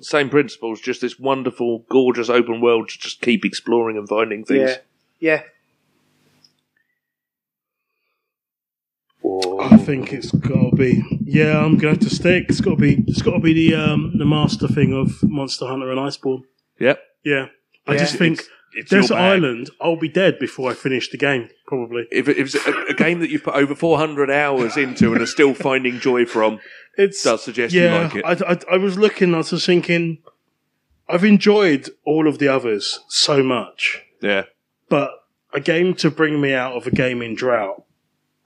S5: Same principles, just this wonderful, gorgeous open world to just keep exploring and finding things.
S3: Yeah, yeah.
S5: Or-
S4: I've think it's got to be. Yeah, I'm gonna have to stick. It's got to be. It's got to be the um, the master thing of Monster Hunter and Iceborne.
S5: Yep.
S4: Yeah, I
S3: Yeah.
S4: just think
S5: It's your
S4: Desert
S5: bag.
S4: Island. I'll be dead before I finish the game, probably.
S5: If it- if it's a, a game that you've put over 400 hours into and are still finding joy from,
S4: It's
S5: does suggest you
S4: yeah.
S5: like it.
S4: I, I, I was looking. I was just thinking. I've enjoyed all of the others so much,
S5: yeah.
S4: but a game to bring me out of a gaming drought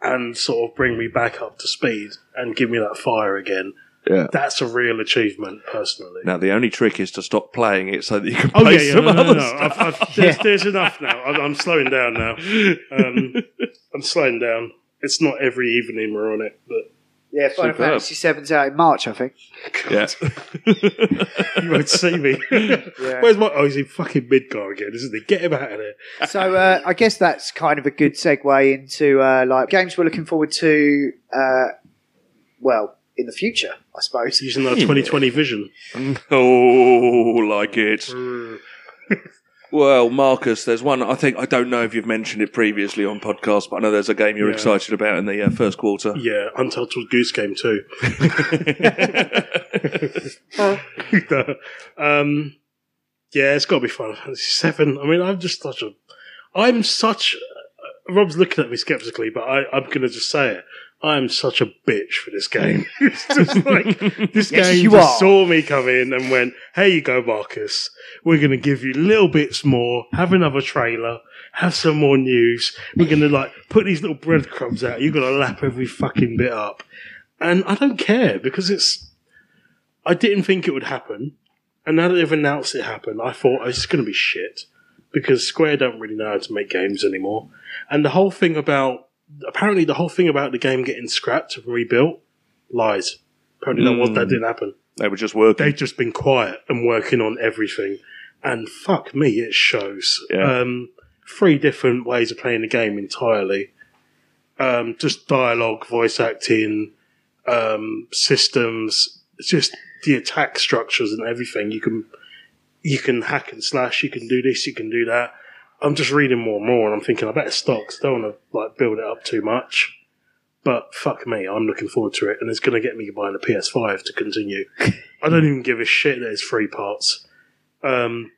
S4: and sort of bring me back up to speed and give me that fire again.
S5: Yeah.
S4: That's a real achievement, personally.
S5: Now, the only trick is to stop playing it so that you can
S4: Oh
S5: play
S4: yeah, yeah,
S5: some
S4: no, no, no,
S5: other
S4: no.
S5: stuff.
S4: I've, I've, there's, there's enough now. I'm, I'm slowing down now. Um, I'm slowing down. It's not every evening we're on it, but
S3: Yeah, Final
S5: Superb.
S3: Fantasy VII's out in March, I think.
S5: Yeah.
S4: you won't see me. Where's my? Oh, he's in fucking Midgar again, isn't he? Get him out of there.
S3: so uh, I guess that's kind of a good segue into uh, like games we're looking forward to. Uh, well, in the future, I suppose.
S4: Using our 2020 vision.
S5: Oh, like it. well, Marcus, there's one. I think I don't know if you've mentioned it previously on podcast, but I know there's a game you're
S4: Yeah.
S5: excited about in the uh, first quarter.
S4: Yeah, Untitled Goose Game too. um, yeah, it's got to be Final Fantasy Seven. I mean, I'm just such a, I'm such. Rob's looking at me skeptically, but I, I'm going to just say it. I am such a bitch for this game. it's just like this
S3: Yes,
S4: game
S3: you
S4: just
S3: are.
S4: saw me come in and went, "Here you go, Marcus. We're going to give you little bits more. Have another trailer. Have some more news. We're going to like put these little breadcrumbs out. You're going to lap every fucking bit up." And I don't care because it's. I didn't think it would happen, and now that they've announced it happened, I thought "Oh, it's going to be shit because Square don't really know how to make games anymore. And the whole thing about apparently the whole thing about the game getting scrapped and rebuilt lies. Apparently that was that didn't happen.
S5: They were just working.
S4: They've just been quiet and working on everything. And fuck me, it shows.
S5: Yeah.
S4: Um, three different ways of playing the game entirely. Um, just dialogue, voice acting, um, systems, just the attack structures and everything. You can you can hack and slash, you can do this, you can do that. I'm just reading more and more, and I'm thinking I better stop 'cause I don't want to like build it up too much. But fuck me, I'm looking forward to it, and it's going to get me buying a PS5 to continue. I don't even give a shit that it's three parts. Um,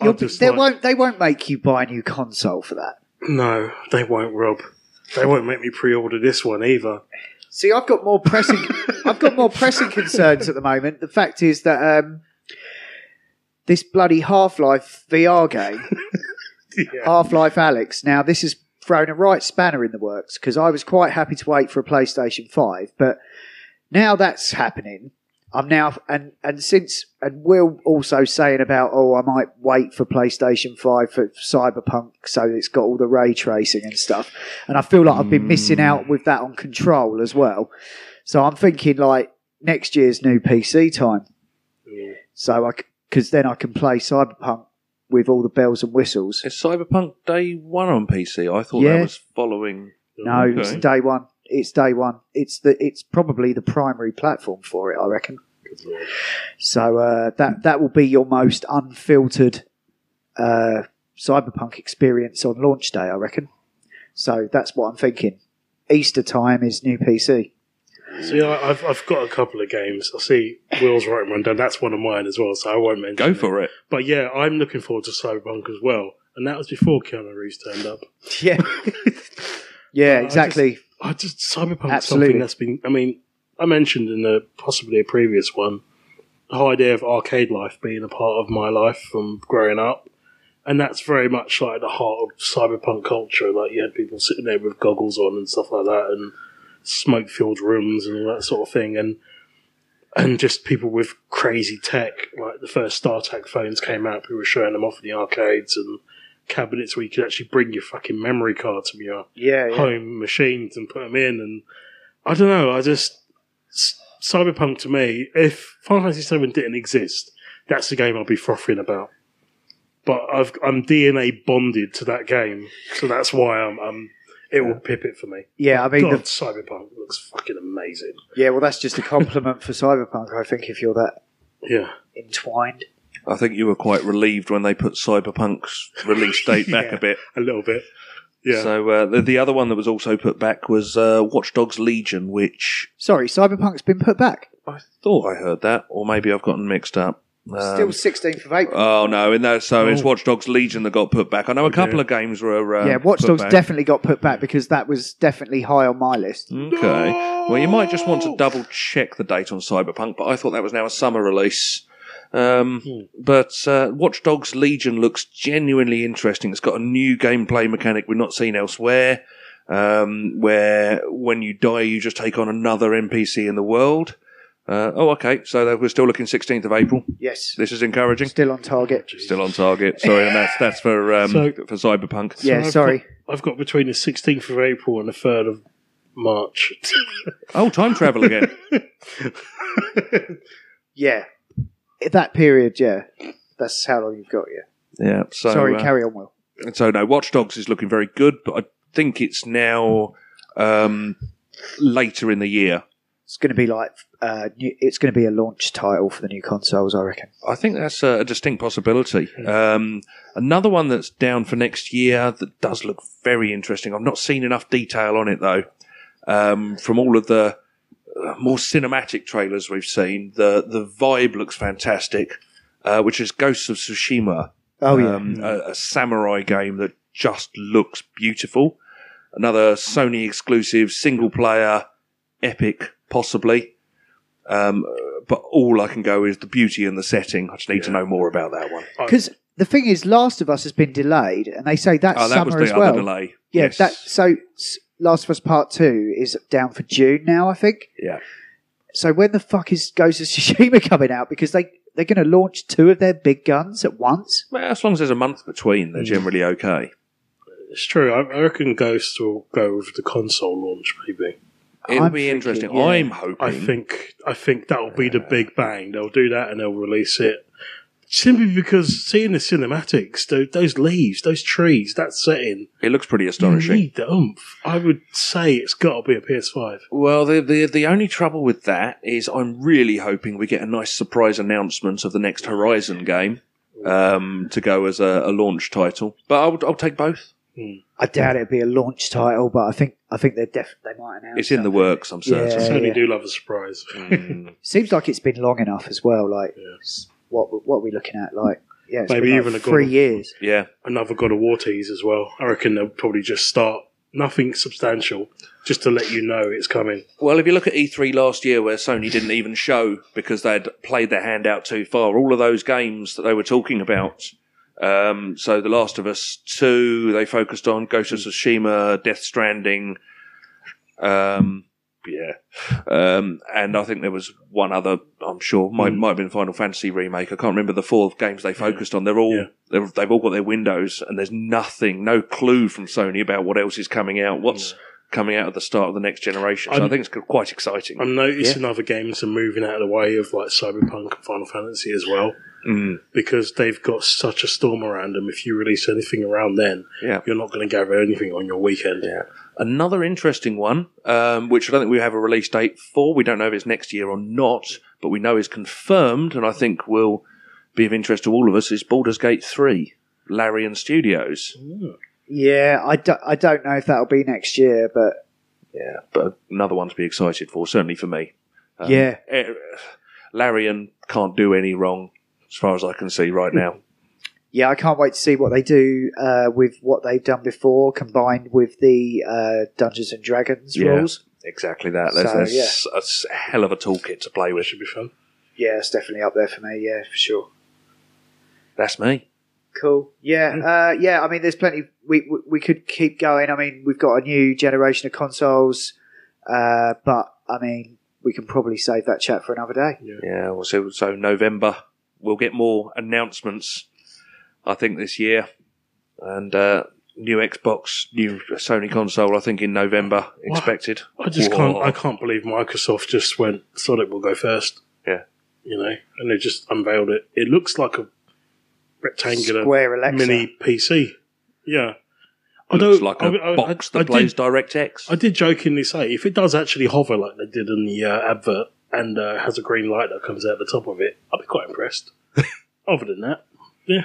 S4: I'll
S3: You'll be-
S4: just,
S3: they
S4: like-
S3: won't. They won't make you buy a new console for that.
S4: No, they won't, Rob. They won't make me pre-order this one either.
S3: See, I've got more pressing. I've got more pressing concerns at the moment. The fact is that um, this bloody Half Life VR game, Half Life Alex. Now, this has thrown a right spanner in the works because I was quite happy to wait for a PlayStation Five, but now that's happening. I'm now and and since and Will also saying about oh I might wait for PlayStation Five for Cyberpunk so it's got all the ray tracing and stuff, and I feel like I've been missing out with that on Control as well. So I'm thinking like next year's new PC time. So I because then I can play Cyberpunk with all the bells and whistles.
S5: It's Cyberpunk Day One on PC. I thought
S3: Yeah.
S5: that was following.
S3: No, it's
S5: Okay.
S3: day one. It's day one. It's the it's probably the primary platform for it, I reckon. So uh, that that will be your most unfiltered uh, cyberpunk experience on launch day, I reckon. So that's what I'm thinking. Easter time is new PC.
S4: So yeah, I- I've I've got a couple of games. I see Will's writing one down. That's one of mine as well, so I won't mention.
S5: Go
S4: it.
S5: for it.
S4: But yeah, I'm looking forward to Cyberpunk as well. And that was before Keanu Reeves turned up.
S3: Yeah, yeah,
S4: I
S3: exactly.
S4: I just Cyberpunk is
S3: Absolutely.
S4: something that's been. I mean, I mentioned in the possibly a previous one the whole idea of arcade life being a part of my life from growing up, and that's very much like the heart of cyberpunk culture. Like you had people sitting there with goggles on and stuff like that, and smoke-filled rooms and all that sort of thing, and and just people with crazy tech. Like the first StarTAC phones came out, people were showing them off in the arcades and cabinets where you could actually bring your fucking memory card from your
S3: yeah, yeah.
S4: home machines and put them in. And I don't know. I just s- Cyberpunk to me, if Final Fantasy VII didn't exist, that's the game I'd be frothing about. But I've, I'm DNA bonded to that game, so that's why I'm. I'm it will pip it for me.
S3: Yeah, I mean, the,
S4: God, Cyberpunk looks fucking amazing.
S3: yeah. Well, that's just a compliment for Cyberpunk, I think. If you're that
S4: Yeah.
S3: entwined,
S5: I think you were quite relieved when they put Cyberpunk's release date back
S4: Yeah,
S5: a bit.
S4: A little bit. Yeah.
S5: So uh, the, the other one that was also put back was uh, Watch Dogs Legion, which
S3: Sorry, Cyberpunk's been put back.
S5: I thought I heard that, or maybe I've gotten mixed up. Um,
S3: Still 16th of April.
S5: Oh no! In that, so it's Watch Dogs Legion that got put back. I know a couple
S4: Okay.
S5: of games were. Uh,
S3: yeah, Watch
S5: put
S3: Dogs
S5: back.
S3: definitely got put back because that was definitely high on my list.
S5: Mm. Okay. Well, you might just want to double check the date on Cyberpunk, but I thought that was now a summer release. Um,
S3: Hmm.
S5: But uh, Watch Dogs Legion looks genuinely interesting. It's got a new gameplay mechanic we've not seen elsewhere, um, where when you die, you just take on another NPC in the world. Uh, oh, okay. So that- we're still looking 16th of April.
S3: Yes,
S5: This is encouraging.
S3: still on target.
S5: Still on target. Sorry, and that's that's for um,
S4: So-
S5: for Cyberpunk.
S3: Yeah,
S4: I've
S3: sorry.
S4: Got, I've got between the 16th of April and the 3rd of March.
S5: Oh, time travel again.
S3: Yeah, that period. Yeah, that's how long you've got. Yeah.
S5: yeah. So
S3: sorry,
S5: uh,
S3: carry on, Will.
S5: And so no, Watch Dogs is looking very good, but I think it's now um, later in the year.
S3: It's going to be like uh, new, it's going to be a launch title for the new consoles, I reckon.
S5: I think that's a, a distinct possibility. Um, another one that's down for next year that does look very interesting. I've not seen enough detail on it though. Um, from all of the uh, more cinematic trailers we've seen, the the vibe looks fantastic, uh, which is Ghosts of Tsushima.
S3: Oh yeah,
S5: um, a, a samurai game that just looks beautiful. Another Sony exclusive single player epic, possibly. Um, uh, but all I can go is the beauty and the setting. I just need to know more about that one.
S3: because the thing is, Last of Us has been delayed, and they say that's
S5: Oh, that was
S3: summer
S5: the
S3: as
S5: other
S3: well.
S5: delay.
S3: Yeah,
S5: yes.
S3: that so s- Last of Us Part Two is down for June now, I think.
S5: yeah.
S3: So when the fuck is Ghost of Tsushima coming out? Because they they're going to launch two of their big guns at once.
S5: Well, as long as there's a month between,
S3: Mm.
S5: they're generally okay.
S4: It's true. I, I reckon Ghost will go with the console launch, maybe.
S5: It'll
S3: I'm
S5: be
S3: thinking,
S5: interesting.
S3: yeah.
S5: I'm hoping.
S4: I
S3: Hmm?
S4: think I think that'll be
S3: Uh,
S4: the big bang. They'll do that and they'll release it simply because seeing the cinematics, tho- those leaves, those trees, that setting,
S5: it looks pretty
S4: you
S5: astonishing.
S4: need the oomph. I would say it's got to be a PS5.
S5: Well, the, the the only trouble with that is I'm really hoping we get a nice surprise announcement of the next Horizon game um, to go as a, a launch title. But I'll, I'll take both.
S3: I doubt it'll be a launch title, but I think I think they're def- they might announce.
S5: It's in the works, I'm certain.
S3: Yeah,
S4: Sony
S3: yeah. Hmm.
S4: do love a surprise.
S3: Seems like it's been long enough as well. Like s- what what are we looking at? Like yeah, it's
S4: Maybe
S3: been, like,
S4: even a
S3: three
S4: God-
S3: years.
S5: Yeah.
S4: Another God of War tease as well. I reckon they'll probably just start nothing substantial, just to let you know it's coming.
S5: Well, if you look at E3 last year, where Sony didn't even show because they'd played their hand out too far, all of those games that they were talking about. Um, so, The Last of Us 2, they focused on Ghost of Tsushima, Death Stranding. Um, yeah. Um, and I think there was one other, I'm sure, might,
S4: Hmm.
S5: might have been Final Fantasy Remake. I can't remember the four games they focused on. They're all,
S4: Yeah.
S5: they've, they've all got their windows, and there's nothing, no clue from Sony about what else is coming out. What's. Coming out at the start of the next generation, so I
S4: I'm-
S5: think it's quite exciting.
S4: I'm noticing other games are moving out of the way of like Cyberpunk and Final Fantasy as well.
S5: Mm.
S4: Because they've got such a storm around them. If you release anything around then,
S5: Yeah.
S4: you're not going to gather anything on your weekend. Yeah.
S5: Another interesting one, um, which I don't think we have a release date for. We don't know if it's next year or not, but we know is confirmed, and I think will be of interest to all of us. Is Baldur's Gate Three, Larian Studios?
S3: Yeah, I, do, I don't know if that'll be next year, but
S5: Yeah, but another one to be excited for, certainly for me.
S3: yeah,
S5: Eh, Larian can't do any wrong, as far as I can see right now.
S3: yeah, I can't wait to see what they do uh, with what they've done before, combined with the uh, Dungeons and Dragons
S5: Yeah,
S3: rules.
S5: exactly that. There's,
S3: So,
S5: there's
S3: yeah.
S5: s- a s- hell of a toolkit to play with.
S4: Should be fun.
S3: Yeah, it's definitely up there for me. Yeah, for sure.
S5: That's me.
S3: Cool. Yeah,
S5: Mm.
S3: uh, yeah. I mean, there's plenty. We, we we could keep going. I mean, we've got a new generation of consoles, uh, but I mean, we can probably save that chat for another day.
S5: Yeah, well, so, so November, we'll get more announcements, I think, this year. And uh, new Xbox, new Sony console, I think, in November, expected.
S4: I just can't.
S5: Whoa.
S4: I can't believe Microsoft just went. Sonic will go first.
S5: Yeah.
S4: You know, and they just unveiled it. It looks like a rectangular
S3: Square Alexa.
S4: mini PC. Yeah. I
S5: Looks
S4: don't-
S5: like a
S4: I- I-
S5: box that
S4: I- I
S5: plays
S4: did-
S5: DirectX.
S4: I did jokingly say if it does actually hover like they did in the uh, advert and uh, has a green light that comes out the top of it, I'll be quite impressed. Other than that, yeah,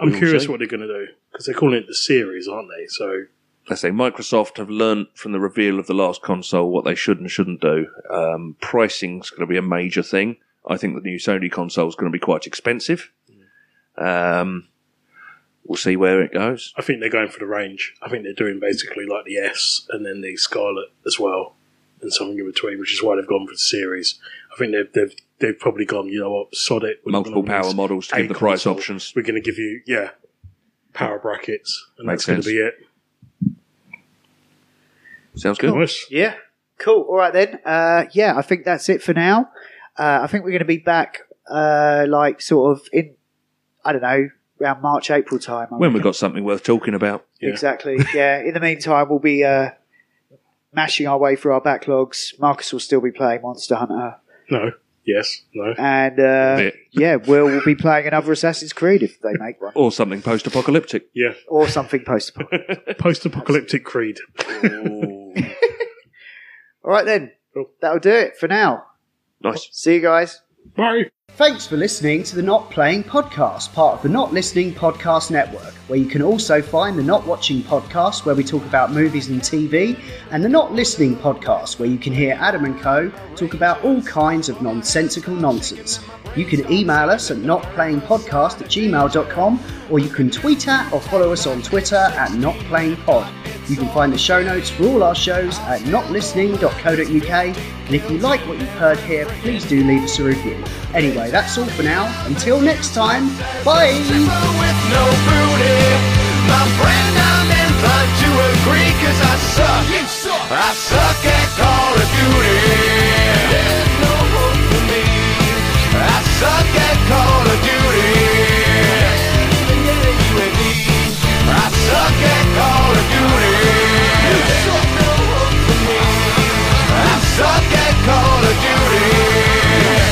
S4: I'm
S5: will
S4: curious
S5: see.
S4: what they're going to do because because they're calling it the series, aren't they? So
S5: Let's say Microsoft have learnt from the reveal of the last console what they should and shouldn't do. Um, pricing's going to be a major thing. I think the new Sony console is going to be quite expensive.
S4: Mm.
S5: Um, we'll see where it goes.
S4: I think they're going for the range. I think they're doing basically like the S and then the Scarlet as well, and something in between, which is why they've gone for the series. I think they've they've they've probably gone, you know what, sod it. We're
S5: Multiple
S4: gonna
S5: power
S4: release
S5: models to
S4: a
S5: give the price
S4: console.
S5: options.
S4: We're going to give you yeah, power brackets, and
S5: Makes
S4: that's
S5: sense.
S4: going to be it.
S5: Sounds good.
S4: Nice.
S3: Yeah. Cool. All right then. Uh, yeah, I think that's it for now. Uh, I think we're going to be back, uh, like sort of in, I don't know, around March, April time. I
S5: When we've
S3: reckon.
S5: got something worth talking about.
S3: exactly. yeah. In the meantime, we'll be uh, mashing our way through our backlogs. Marcus will still be playing Monster Hunter,
S4: No. Yes. No.
S3: and uh,
S5: Bit.
S3: yeah, Will will be playing another Assassin's Creed if they make one,
S5: Or something post apocalyptic.
S4: Yeah.
S3: or something post.
S4: Post-apocalyptic creed.
S3: All right then. That'll do it for now.
S5: Nice.
S3: See you guys.
S4: Bye.
S6: Thanks for listening to the Not Playing Podcast, part of the Not Listening Podcast Network, where you can also find the Not Watching Podcast, where we talk about movies and TV, and the Not Listening Podcast, where you can hear Adam and Co. talk about all kinds of nonsensical nonsense. You can email us at notplayingpodcast at gmail.com, or you can tweet at or follow us on Twitter at notplayingpod. You can find the show notes for all our shows at notlistening.co.uk, and if you like what you've heard here, please do leave us a review. Anyway, that's all for now. Until next time, bye!
S2: with no booty. My friend, I'm inclined to agree, cause I suck. You suck. I suck at Call of Duty. There's no hope for me. I suck at Call of Duty. I suck at Call of Duty. There's no hope for me. I suck at Call of Duty.